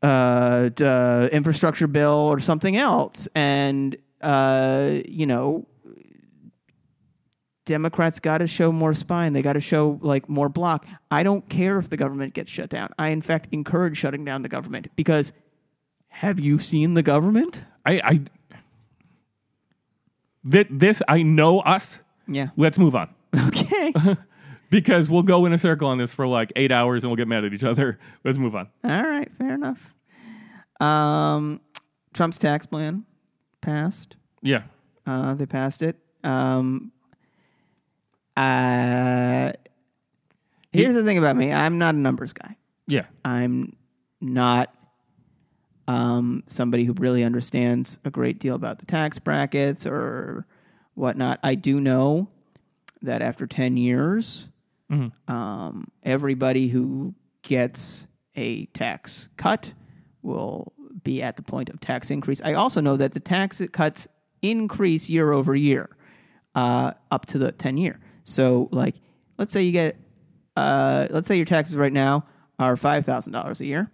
Speaker 2: uh, d- uh, infrastructure bill or something else, and uh, you know. Democrats got to show more spine. They got to show like more block. I don't care if the government gets shut down. I in fact encourage shutting down the government because have you seen the government?
Speaker 1: I, I thi- this I know us.
Speaker 2: Yeah.
Speaker 1: Let's move on.
Speaker 2: Okay.
Speaker 1: Because we'll go in a circle on this for like eight hours and we'll get mad at each other. <laughs> Let's move on.
Speaker 2: All right, fair enough. Um, Trump's tax plan passed.
Speaker 1: Yeah.
Speaker 2: Uh, they passed it. Um, uh, here's the thing about me: I'm not a numbers guy.
Speaker 1: Yeah.
Speaker 2: I'm not um, somebody who really understands a great deal about the tax brackets or whatnot. I do know that after 10 years, um, everybody who gets a tax cut will be at the point of tax increase. I also know that the tax cuts increase year over year uh, up to the 10 year. So, like, let's say you get, uh, let's say your taxes right now are $5,000 a year,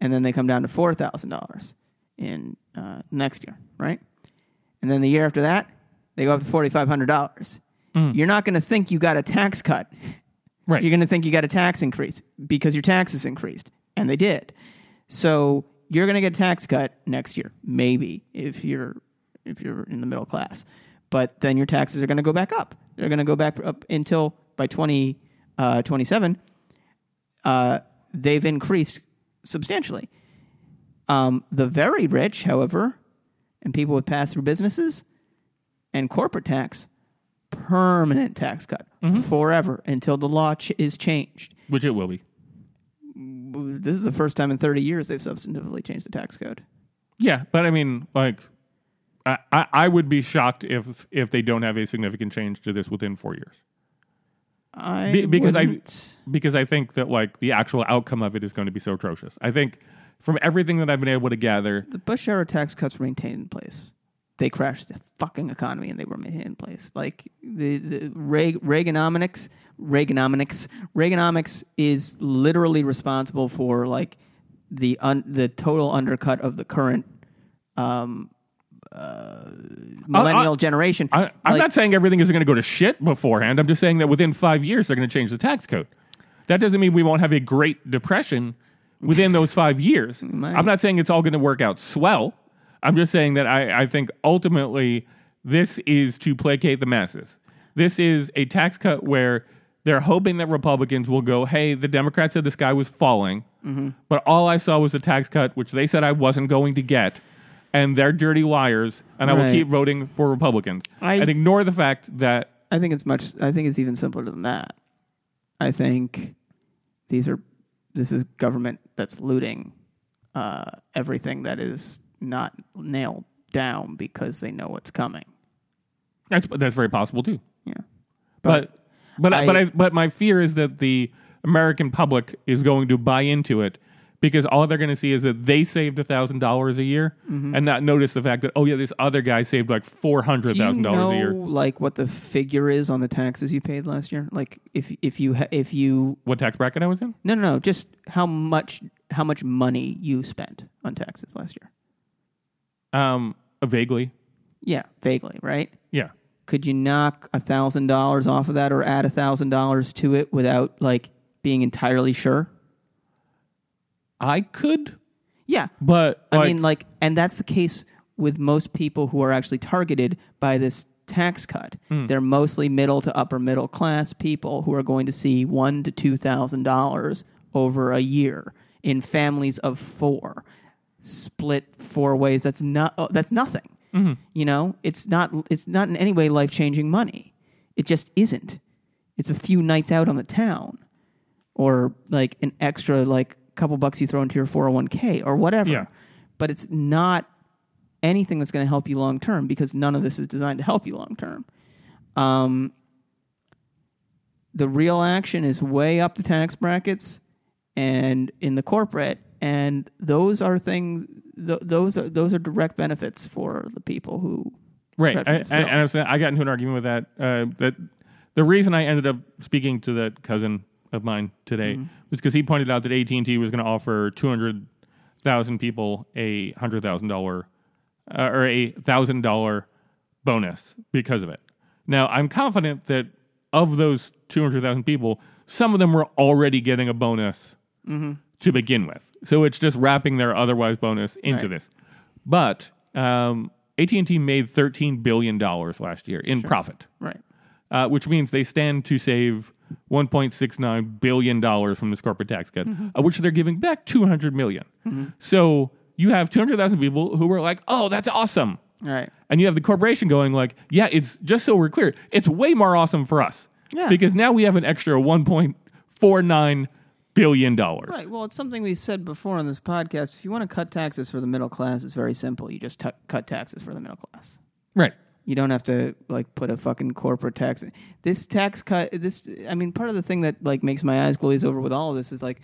Speaker 2: and then they come down to $4,000 in uh, next year, right? And then the year after that, they go up to $4,500. You're not going to think you got a tax cut
Speaker 1: Right.
Speaker 2: you're going to think you got a tax increase because your taxes increased, and they did. So you're going to get a tax cut next year, maybe if you're if you're in the middle class. But then your taxes are going to go back up. They're going to go back up until by 20, uh, 27, uh, they've increased substantially. Um, the very rich, however, and people with pass through businesses and corporate tax, permanent tax cut
Speaker 1: Mm-hmm.
Speaker 2: forever until the law ch- is changed.
Speaker 1: Which it will be.
Speaker 2: This is the first time in 30 years they've substantively changed the tax code.
Speaker 1: Yeah, but I mean, like, I, I, I would be shocked if if they don't have a significant change to this within four years,
Speaker 2: I
Speaker 1: Be- because I-
Speaker 2: wouldn't-
Speaker 1: because I think that like the actual outcome of it is going to be so atrocious. I think from everything that I've been able to gather,
Speaker 2: the Bush era tax cuts were maintained in place. They crashed the fucking economy and they were maintained in place. Like the, the Reag- Reaganomics, Reaganomics, Reaganomics is literally responsible for like the un, the total undercut of the current um, uh, millennial generation.
Speaker 1: I, I'm
Speaker 2: Like-
Speaker 1: not saying everything isn't going to go to shit beforehand. I'm just saying that within five years they're going to change the tax code. That doesn't mean we won't have a great depression within those five
Speaker 2: <laughs>
Speaker 1: years. I'm not saying it's all going to work out swell. I'm just saying that I, I think ultimately this is to placate the masses. This is a tax cut where They're hoping that Republicans will go, hey, the Democrats said the sky was falling,
Speaker 2: Mm-hmm.
Speaker 1: but all I saw was a tax cut, which they said I wasn't going to get, and they're dirty liars, and I will
Speaker 2: Right.
Speaker 1: keep voting for Republicans.
Speaker 2: I-
Speaker 1: and ignore the fact that
Speaker 2: I think it's much. I think it's even simpler than that. I think these are this is government that's looting uh, everything that is not nailed down because they know what's coming.
Speaker 1: that's, that's very possible, too.
Speaker 2: Yeah,
Speaker 1: but but
Speaker 2: I-
Speaker 1: but I, but my fear is that the American public is going to buy into it because all they're going to see is that they saved a thousand dollars a year
Speaker 2: Mm-hmm.
Speaker 1: and not notice the fact that oh yeah this other guy saved like four hundred
Speaker 2: do you
Speaker 1: thousand
Speaker 2: know
Speaker 1: dollars a year.
Speaker 2: like what the figure is on the taxes you paid last year? Like if if you ha- if you
Speaker 1: What tax bracket I was in?
Speaker 2: no no no just how much how much money you spent on taxes last year?
Speaker 1: Um, vaguely,
Speaker 2: Yeah, vaguely right.
Speaker 1: yeah.
Speaker 2: could you knock a thousand dollars off of that or add a thousand dollars to it without like being entirely sure
Speaker 1: I could,
Speaker 2: yeah
Speaker 1: but
Speaker 2: i
Speaker 1: like,
Speaker 2: mean like and that's the case with most people who are actually targeted by this tax cut they're mostly middle to upper middle class people who are going to see one to two thousand dollars over a year in families of four split four ways that's not oh, that's nothing you know it's not it's not in any way life changing money it just isn't it's a few nights out on the town or like an extra like couple bucks you throw into your 401k or whatever
Speaker 1: Yeah.
Speaker 2: but it's not anything that's going to help you long term because none of this is designed to help you long term um, the real action is way up the tax brackets and in the corporate and those are things th- those are those are direct benefits for the people who
Speaker 1: right.
Speaker 2: Correct,
Speaker 1: I,
Speaker 2: it's
Speaker 1: I,
Speaker 2: Bill.
Speaker 1: and I, was, saying- I got into an argument with that. Uh, that the reason I ended up speaking to that cousin of mine today was because he pointed out that AT and T was going to offer two hundred thousand people a hundred thousand dollar uh, or a thousand dollar bonus because of it. Now I'm confident that of those two hundred thousand people, some of them were already getting a bonus to begin with, so it's just wrapping their otherwise bonus into this. But um, AT and T made thirteen billion dollars last year in profit
Speaker 2: right
Speaker 1: uh, which means they stand to save 1.69 billion dollars from this corporate tax cut,
Speaker 2: Mm-hmm.
Speaker 1: of which they're giving back 200 million. So you have 200,000 people who were like, "Oh, that's awesome,"
Speaker 2: right
Speaker 1: and you have the corporation going like, "Yeah, it's just so we're clear, it's way more awesome for us
Speaker 2: Yeah.
Speaker 1: because now we have an extra 1.49 billion dollars."
Speaker 2: Right. Well, it's something we said before on this podcast. If you want to cut taxes for the middle class, it's very simple. You just tu cut taxes for the middle class.
Speaker 1: right.
Speaker 2: You don't have to like put a fucking corporate tax. This tax cut. This. I mean, part of the thing that like makes my eyes glaze over with all of this is like,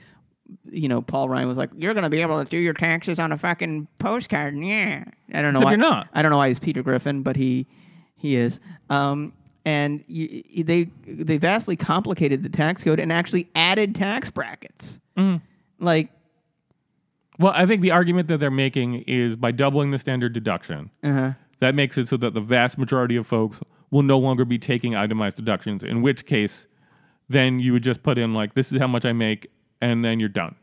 Speaker 2: you know, Paul Ryan was like, "You're going to be able to do your taxes on a fucking postcard." Yeah. I don't know why.
Speaker 1: you're not.
Speaker 2: I don't know why he's Peter Griffin, but he he is. Um, and you, they they vastly complicated the tax code and actually added tax brackets.
Speaker 1: Mm.
Speaker 2: Like
Speaker 1: Well, I think the argument that they're making is by doubling the standard deduction,
Speaker 2: Uh-huh.
Speaker 1: that makes it so that the vast majority of folks will no longer be taking itemized deductions, in which case, then you would just put in, like, this is how much I make, and then you're done.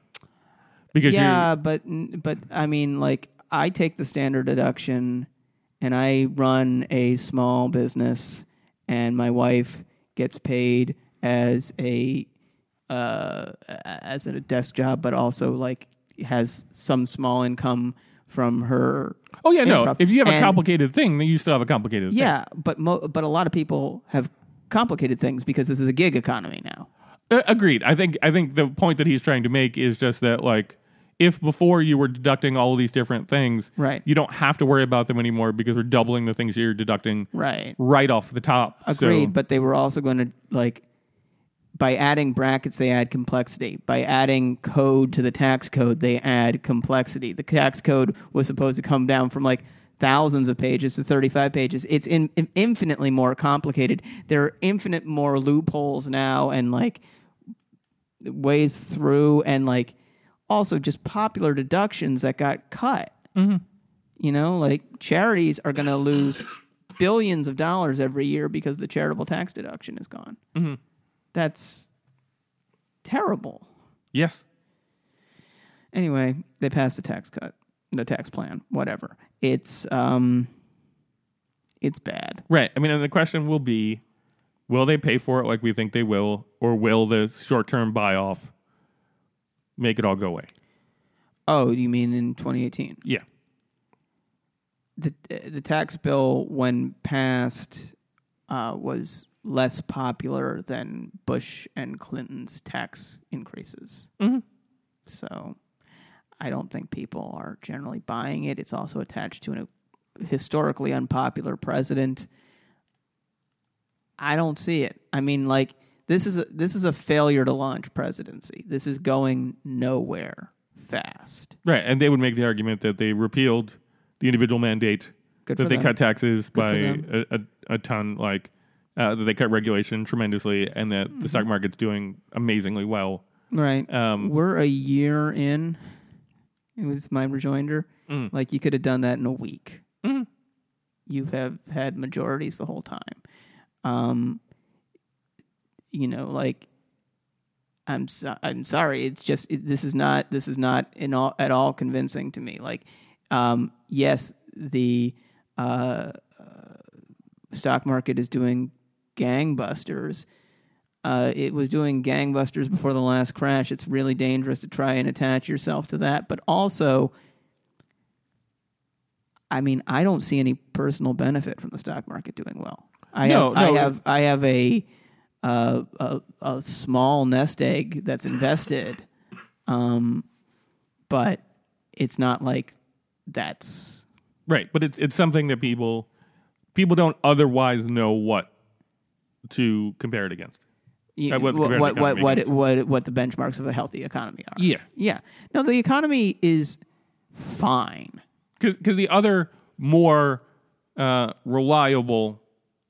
Speaker 1: Because you
Speaker 2: yeah, but but I mean, like I take the standard deduction, and I run a small business, and my wife gets paid as a uh, as a desk job, but also like has some small income from her.
Speaker 1: Oh, yeah, no.
Speaker 2: improv.
Speaker 1: If you have a
Speaker 2: And-
Speaker 1: complicated thing, then you still have a complicated thing.
Speaker 2: yeah, but mo- but a lot of people have complicated things because this is a gig economy now.
Speaker 1: Uh, agreed. I think I think the point that he's trying to make is just that like if before you were deducting all these different things,
Speaker 2: Right.
Speaker 1: you don't have to worry about them anymore because we're doubling the things you're deducting
Speaker 2: Right.
Speaker 1: right off the top. So-
Speaker 2: Agreed, but they were also going to like by adding brackets they add complexity. By adding code to the tax code they add complexity. The tax code was supposed to come down from like thousands of pages to 35 pages. It's in, in- infinitely more complicated. There are infinite more loopholes now and like ways through and like also just popular deductions that got cut. You know, like charities are going to lose billions of dollars every year because the charitable tax deduction is gone. That's terrible.
Speaker 1: yes.
Speaker 2: Anyway, they passed the tax cut, the tax plan, whatever. It's um, it's bad.
Speaker 1: Right. I mean, and the question will be, will they pay for it like we think they will, or will the short term buy off make it all go away?
Speaker 2: Oh, you mean in 2018?
Speaker 1: Yeah.
Speaker 2: The the tax bill when passed uh, was less popular than Bush and Clinton's tax increases.
Speaker 1: Mhm.
Speaker 2: So I don't think people are generally buying it. It's also attached to an, a historically unpopular president. I don't see it. I mean, like this is a, this is a failure to launch presidency. This is going nowhere fast.
Speaker 1: Right. And they would make the argument that they repealed the individual mandate,
Speaker 2: Good
Speaker 1: that
Speaker 2: for
Speaker 1: they
Speaker 2: them.
Speaker 1: cut taxes by
Speaker 2: them.
Speaker 1: a, a, a ton, like uh, that they cut regulation tremendously, and that the
Speaker 2: Mm-hmm.
Speaker 1: stock market's doing amazingly well.
Speaker 2: Right.
Speaker 1: Um,
Speaker 2: We're a year in. It was my rejoinder.
Speaker 1: Mm.
Speaker 2: Like you could have done that in a week.
Speaker 1: Mm.
Speaker 2: You have had majorities the whole time. Um, you know, like I'm so, I'm sorry. It's just it, this is not this is not in all at all convincing to me. Like, um, yes, the uh, uh, stock market is doing gangbusters. Uh, it was doing gangbusters before the last crash. It's really dangerous to try and attach yourself to that. But also, I mean, I don't see any personal benefit from the stock market doing well. I
Speaker 1: No,
Speaker 2: have,
Speaker 1: no.
Speaker 2: I have I have a, uh, a a small nest egg that's invested, um, but it's not like that's
Speaker 1: right. But it's, it's something that people people don't otherwise know what to compare it against.
Speaker 2: you,
Speaker 1: Uh, what
Speaker 2: what,
Speaker 1: the current
Speaker 2: what, what,
Speaker 1: economy
Speaker 2: what,
Speaker 1: is.
Speaker 2: what, what the benchmarks of a healthy economy are.
Speaker 1: Yeah.
Speaker 2: Yeah. No, the economy is fine.
Speaker 1: because the other more uh, reliable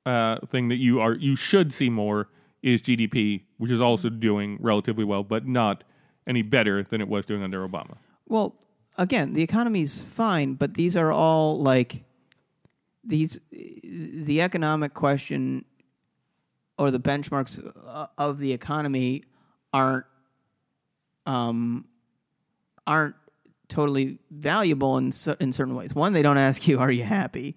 Speaker 1: uh, thing that you are you should see more is GDP, which is also doing relatively well, but not any better than it was doing under Obama.
Speaker 2: Well, again, the economy's fine, but these are all like these the economic question or the benchmarks uh, of the economy aren't um aren't totally valuable in cer- in certain ways. One, they don't ask you are you happy.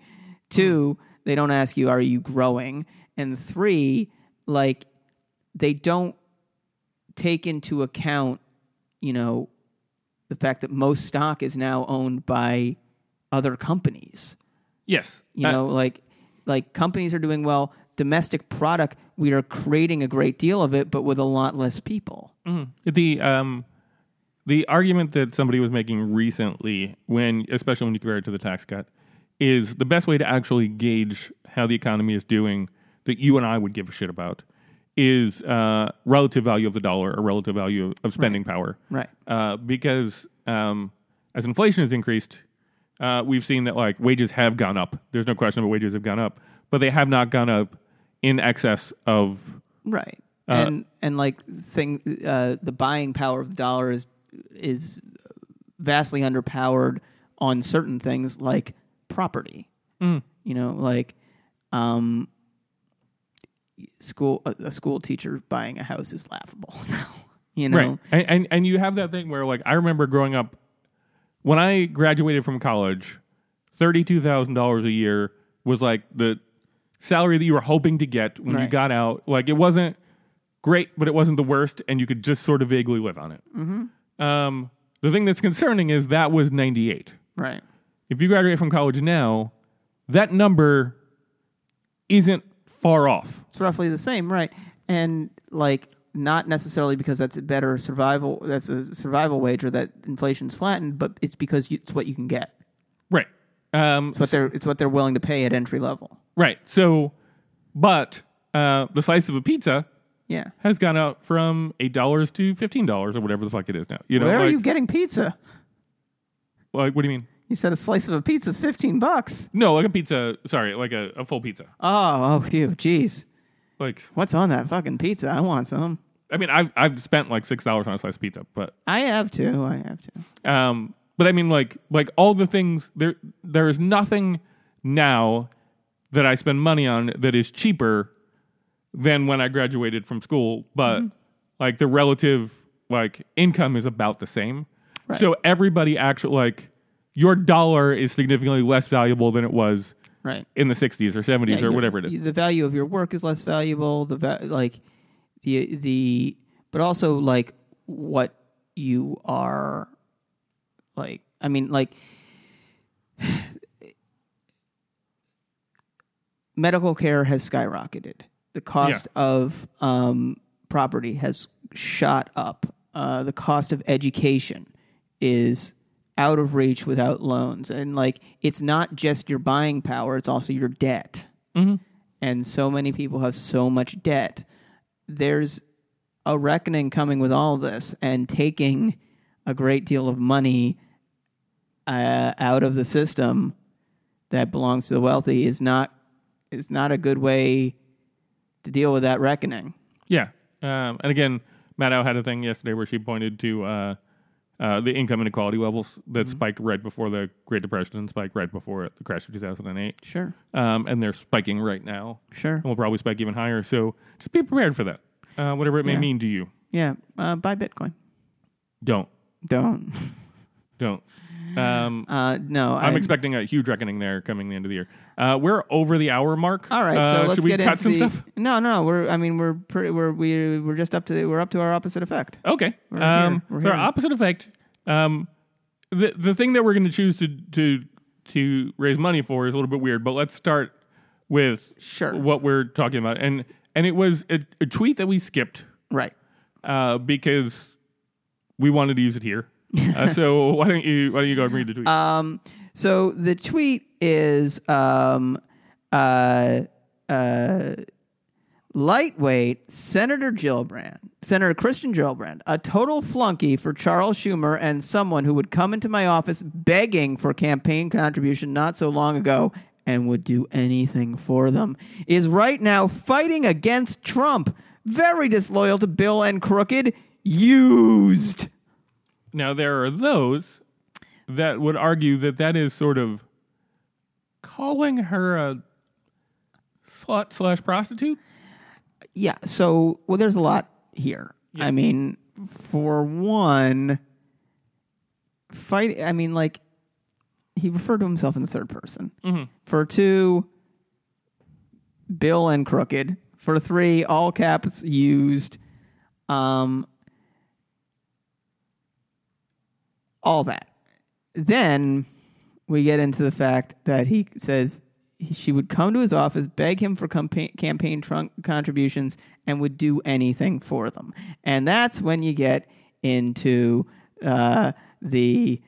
Speaker 2: Two, they don't ask you are you growing. And three, like they don't take into account, you know, the fact that most stock is now owned by other companies.
Speaker 1: Yes,
Speaker 2: You
Speaker 1: Uh,
Speaker 2: know, like like companies are doing well. Domestic product, we are creating a great deal of it, but with a lot less people.
Speaker 1: mhm. the um, the argument that somebody was making recently, when especially when you compare it to the tax cut, is the best way to actually gauge how the economy is doing that you and I would give a shit about is uh, relative value of the dollar or relative value of spending power.
Speaker 2: Right.
Speaker 1: uh, because um, as inflation has increased, uh, we've seen that like wages have gone up. There's no question about wages have gone up, but they have not gone up in excess of
Speaker 2: Right. and
Speaker 1: Uh,
Speaker 2: and like thing uh, the buying power of the dollar is is vastly underpowered on certain things like property.
Speaker 1: Mm.
Speaker 2: You know, like um school a, a school teacher buying a house is laughable <laughs> now. You know.
Speaker 1: right. And, and and you have that thing where like I remember growing up when I graduated from college, thirty two thousand dollars a year was like the salary that you were hoping to get when you
Speaker 2: Right.
Speaker 1: got out. Like it wasn't great, but it wasn't the worst, and you could just sort of vaguely live on it.
Speaker 2: Mm-hmm.
Speaker 1: Um, the thing that's concerning is that was ninety eight.
Speaker 2: Right.
Speaker 1: if you graduate from college now, that number isn't far off.
Speaker 2: It's roughly the same, right? And like not necessarily because that's a better survival that's a survival wager that inflation's flattened, but it's because you, it's what you can get.
Speaker 1: Right. Um,
Speaker 2: It's what they're it's what they're willing to pay at entry level.
Speaker 1: right. So, but uh, the slice of a pizza
Speaker 2: Yeah.
Speaker 1: has gone up from eight dollars to fifteen dollars or whatever the fuck it is now. You know,
Speaker 2: Where
Speaker 1: like,
Speaker 2: are you getting pizza?
Speaker 1: like what do you mean?
Speaker 2: You said a slice of a pizza's fifteen bucks.
Speaker 1: No, like a pizza. Sorry, like a, a full pizza.
Speaker 2: Oh, oh, phew, jeez.
Speaker 1: Like
Speaker 2: What's on that fucking pizza? I want some.
Speaker 1: I mean, I've I've spent like six dollars on a slice of pizza, but
Speaker 2: I have to. I have to.
Speaker 1: Um, but I mean, like, like all the things there. There is nothing now that I spend money on that is cheaper than when I graduated from school. But like the relative like income is about the same. So everybody actually like your dollar is significantly less valuable than it was
Speaker 2: Right.
Speaker 1: in the 60s or 70s
Speaker 2: Yeah,
Speaker 1: or
Speaker 2: your-
Speaker 1: whatever it is.
Speaker 2: The value of your work is less valuable. The va- like the the but also like what you are like I mean like medical care has skyrocketed. The cost of um, property has shot up. Uh, the cost of education is out of reach without loans, and like it's not just your buying power; it's also your debt. And so many people have so much debt. There's a reckoning coming with all this, and taking a great deal of money uh, out of the system that belongs to the wealthy is not is not a good way to deal with that reckoning.
Speaker 1: Yeah. Um, and again, Maddow had a thing yesterday where she pointed to uh, uh, the income inequality levels that
Speaker 2: Mm-hmm.
Speaker 1: spiked right before the Great Depression and spiked right before the crash of 2008.
Speaker 2: Sure,
Speaker 1: Um, and they're spiking right now
Speaker 2: sure,
Speaker 1: and will probably spike even higher. So just be prepared for that, uh, whatever it may
Speaker 2: Yeah.
Speaker 1: mean to you.
Speaker 2: yeah. Uh, buy Bitcoin.
Speaker 1: Don't. <laughs>
Speaker 2: Don't.
Speaker 1: Don't. Um,
Speaker 2: Uh, no,
Speaker 1: I'm
Speaker 2: I-
Speaker 1: expecting a huge reckoning there coming the end of the year. Uh, we're over the hour mark.
Speaker 2: All right, so
Speaker 1: Uh,
Speaker 2: let's
Speaker 1: should we
Speaker 2: get
Speaker 1: cut
Speaker 2: into
Speaker 1: some
Speaker 2: the,
Speaker 1: stuff?
Speaker 2: No, no, no. We're. I mean, we're pretty. We're we we're just up to the, we're up to our opposite effect.
Speaker 1: Okay.
Speaker 2: We're
Speaker 1: um,
Speaker 2: here. We're
Speaker 1: so our
Speaker 2: here.
Speaker 1: opposite effect. Um, the the thing that we're going to choose to to to raise money for is a little bit weird, but let's start with
Speaker 2: Sure.
Speaker 1: what we're talking about. And and it was a, a tweet that we skipped
Speaker 2: Right.
Speaker 1: uh, because we wanted to use it
Speaker 2: <laughs>
Speaker 1: here. Uh, so why don't you why don't you go and read the tweet?
Speaker 2: Um. So the tweet is um uh uh lightweight Senator Gillibrand, Senator Christian Gillibrand, a total flunky for Charles Schumer and someone who would come into my office begging for campaign contribution not so long ago and would do anything for them, is right now fighting against Trump. Very disloyal to Bill and crooked. Used.
Speaker 1: Now there are those that would argue that that is sort of calling her a slut slash prostitute.
Speaker 2: Yeah. So, well, there's a lot here. I mean, for one, fight. I mean, like, he referred to himself in the third person. For two, Bill and Crooked. For three, all caps used. Um, all that. Then we get into the fact that he says he- she would come to his office, beg him for campaign, campaign trunk contributions, and would do anything for them. And that's when you get into uh, the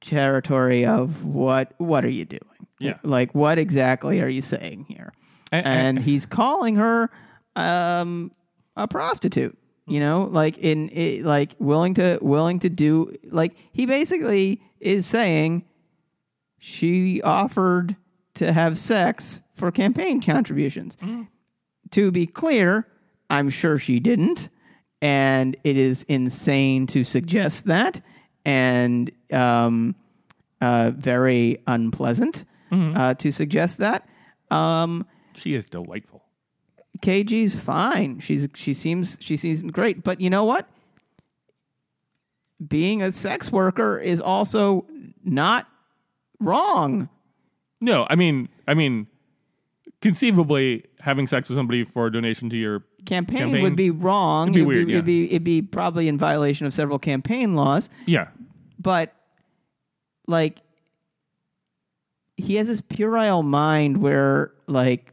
Speaker 2: territory of what what are you doing?
Speaker 1: Yeah.
Speaker 2: like what exactly are you saying here?
Speaker 1: And-
Speaker 2: and he's calling her um, a prostitute. You know, like in it, like willing to willing to do like he basically is saying she offered to have sex for campaign contributions. To be clear, I'm sure she didn't, and it is insane to suggest that, and um, uh, very unpleasant uh, to suggest that. Um,
Speaker 1: She is delightful.
Speaker 2: KG's fine. She's she seems she seems great. But you know what? Being a sex worker is also not wrong.
Speaker 1: No, I mean, I mean, conceivably having sex with somebody for a donation to your
Speaker 2: Campaign,
Speaker 1: Campaign?
Speaker 2: would be wrong. It'd
Speaker 1: be weird, yeah.
Speaker 2: it'd, be, it'd be probably in violation of several campaign laws.
Speaker 1: yeah,
Speaker 2: But like he has this puerile mind where like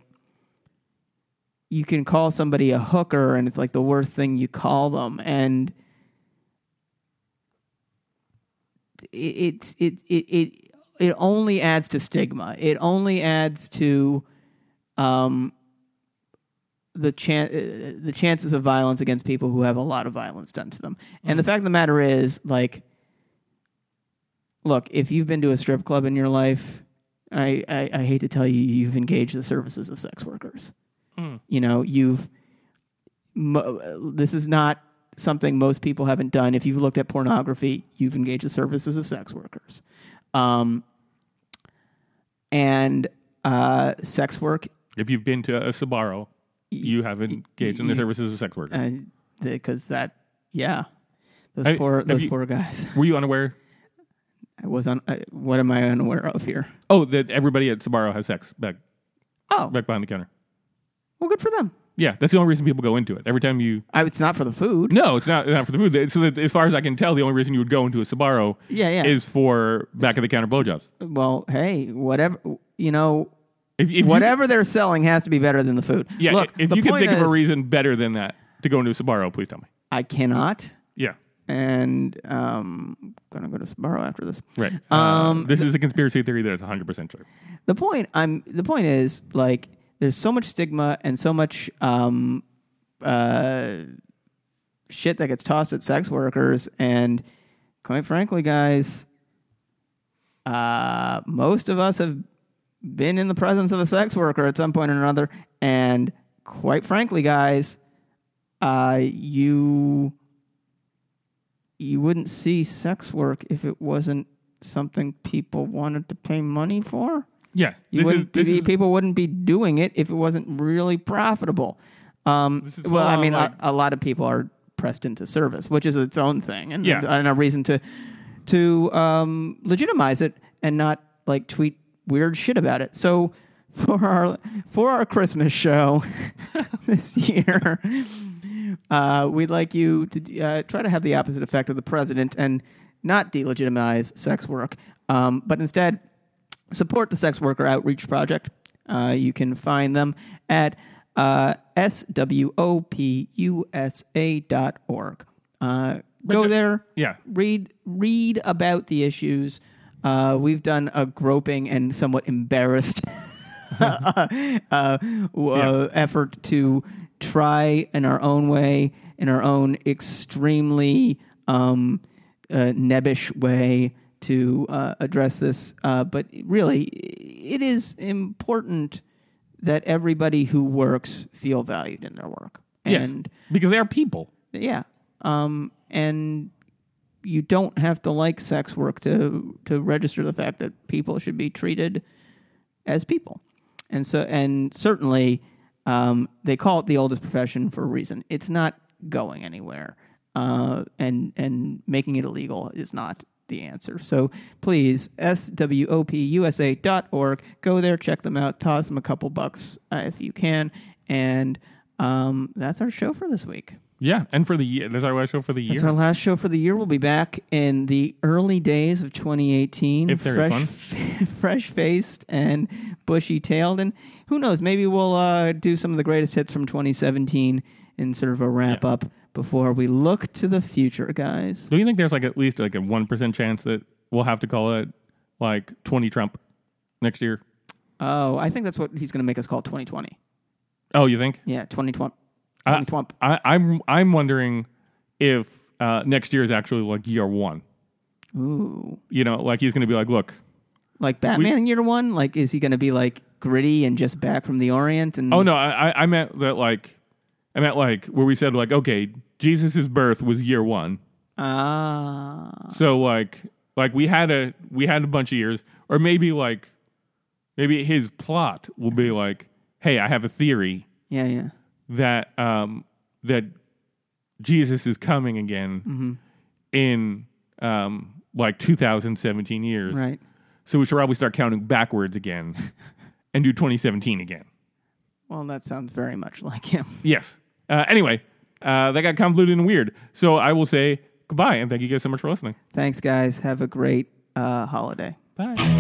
Speaker 2: you can call somebody a hooker and it's like the worst thing you call them and it- it's it it it it only adds to stigma. It only adds to um the chan- uh, the chances of violence against people who have a lot of violence done to them. And the fact of the matter is like look, if you've been to a strip club in your life, I, I, I hate to tell you, you've engaged the services of sex workers.
Speaker 1: Hmm.
Speaker 2: You know, you've. Mo- this is not something most people haven't done. If you've looked at pornography, you've engaged the services of sex workers. Um, and uh, sex work,
Speaker 1: if you've been to a Sabaro, you have engaged in the services of sex
Speaker 2: uh,
Speaker 1: workers.
Speaker 2: because that, yeah, those
Speaker 1: I-
Speaker 2: poor
Speaker 1: have
Speaker 2: those
Speaker 1: you-
Speaker 2: poor guys.
Speaker 1: Were you unaware?
Speaker 2: I was on. I, what am I unaware of here?
Speaker 1: Oh, that everybody at Sabaro has sex back
Speaker 2: Oh,
Speaker 1: back behind the counter.
Speaker 2: well, good for them.
Speaker 1: Yeah, that's the only reason people go into it. Every time you
Speaker 2: I, it's not for the food.
Speaker 1: no, it's not not for the food. It's- So that, as far as I can tell, the only reason you would go into a Sabaro
Speaker 2: Yeah, yeah.
Speaker 1: is for back of the counter blowjobs.
Speaker 2: Well, hey, whatever you know,
Speaker 1: If, if you-
Speaker 2: whatever they're selling has to be better than the food.
Speaker 1: yeah,
Speaker 2: Look,
Speaker 1: if
Speaker 2: the
Speaker 1: you can
Speaker 2: point
Speaker 1: think of a
Speaker 2: is,
Speaker 1: reason better than that to go into a Sabaro, please tell me.
Speaker 2: I cannot,
Speaker 1: Yeah,
Speaker 2: and um, I'm gonna go to Sbarro after this.
Speaker 1: right. Um, this is a conspiracy theory that is 100 percent true.
Speaker 2: The point I'm the point is like there's so much stigma and so much um, uh, shit that gets tossed at sex workers, and quite frankly, guys, uh, most of us have been in the presence of a sex worker at some point or another, and quite frankly, guys, uh, you you wouldn't see sex work if it wasn't something people wanted to pay money for.
Speaker 1: Yeah,
Speaker 2: You
Speaker 1: this is-
Speaker 2: wouldn't
Speaker 1: this
Speaker 2: be-
Speaker 1: is-
Speaker 2: people wouldn't be doing it if it wasn't really profitable. Um,
Speaker 1: is
Speaker 2: well, I
Speaker 1: all
Speaker 2: mean,
Speaker 1: like-
Speaker 2: a, a lot of people are pressed into service, which is its own thing, and,
Speaker 1: Yeah.
Speaker 2: and a reason to to um, legitimize it and not like tweet weird shit about it. So <laughs> for our for our Christmas show <laughs> this year, uh, we'd like you to uh, try to have the opposite effect of the president and not delegitimize sex work, um, but instead support the Sex Worker Outreach Project. Uh, you can find them at uh, swopusa.org. Uh, go there.
Speaker 1: yeah.
Speaker 2: Read read about the issues. Uh, we've done a groping and somewhat embarrassed <laughs> uh, w- uh, effort to try in our own way, in our own extremely um, uh, nebbish way to uh, address this. Uh, but really, it is important that everybody who works feel valued in their work.
Speaker 1: Yes,
Speaker 2: And
Speaker 1: because they are people.
Speaker 2: yeah. Um, and you don't have to like sex work to to register the fact that people should be treated as people. And so and certainly um, they call it the oldest profession for a reason. It's not going anywhere. Uh, and and making it illegal is not the answer. So please, swopusa dot org. Go there, check them out, toss them a couple bucks uh, if you can. And um, that's our show for this week.
Speaker 1: Yeah, and for the year, that's our last show for the year.
Speaker 2: It's our last show for the year. We'll be back in the early days of 2018.
Speaker 1: If there is
Speaker 2: fresh, <laughs> fresh faced and bushy tailed, and who knows? Maybe we'll uh, do some of the greatest hits from 2017 in sort of a wrap up before we look to the future, guys.
Speaker 1: Do you think there's like at least like a one percent chance that we'll have to call it like 20 Trump next year?
Speaker 2: Oh, I think that's what he's going to make us call 2020.
Speaker 1: Oh, you think?
Speaker 2: Yeah, 2020.
Speaker 1: Uh,
Speaker 2: 2020.
Speaker 1: I, I'm I'm wondering if uh, next year is actually like year one.
Speaker 2: Ooh,
Speaker 1: You know, like he's going to be like, look,
Speaker 2: like Batman Year One. Like, is he going to be like gritty and just back from the Orient? And
Speaker 1: oh no, I I- I meant that like I meant like where we said like okay, Jesus' birth was year one,
Speaker 2: ah,
Speaker 1: so like like we had a we had a bunch of years, or maybe like maybe his plot will be like, hey, I have a theory
Speaker 2: yeah, yeah.
Speaker 1: that um that Jesus is coming again in um like 2017 years,
Speaker 2: Right.
Speaker 1: So we should probably start counting backwards again and do 2017 again.
Speaker 2: Well, that sounds very much like him.
Speaker 1: Yes. Uh, anyway, uh, that got convoluted and weird. So I will say goodbye and thank you guys so much for listening.
Speaker 2: Thanks, guys. Have a great uh, holiday.
Speaker 1: Bye.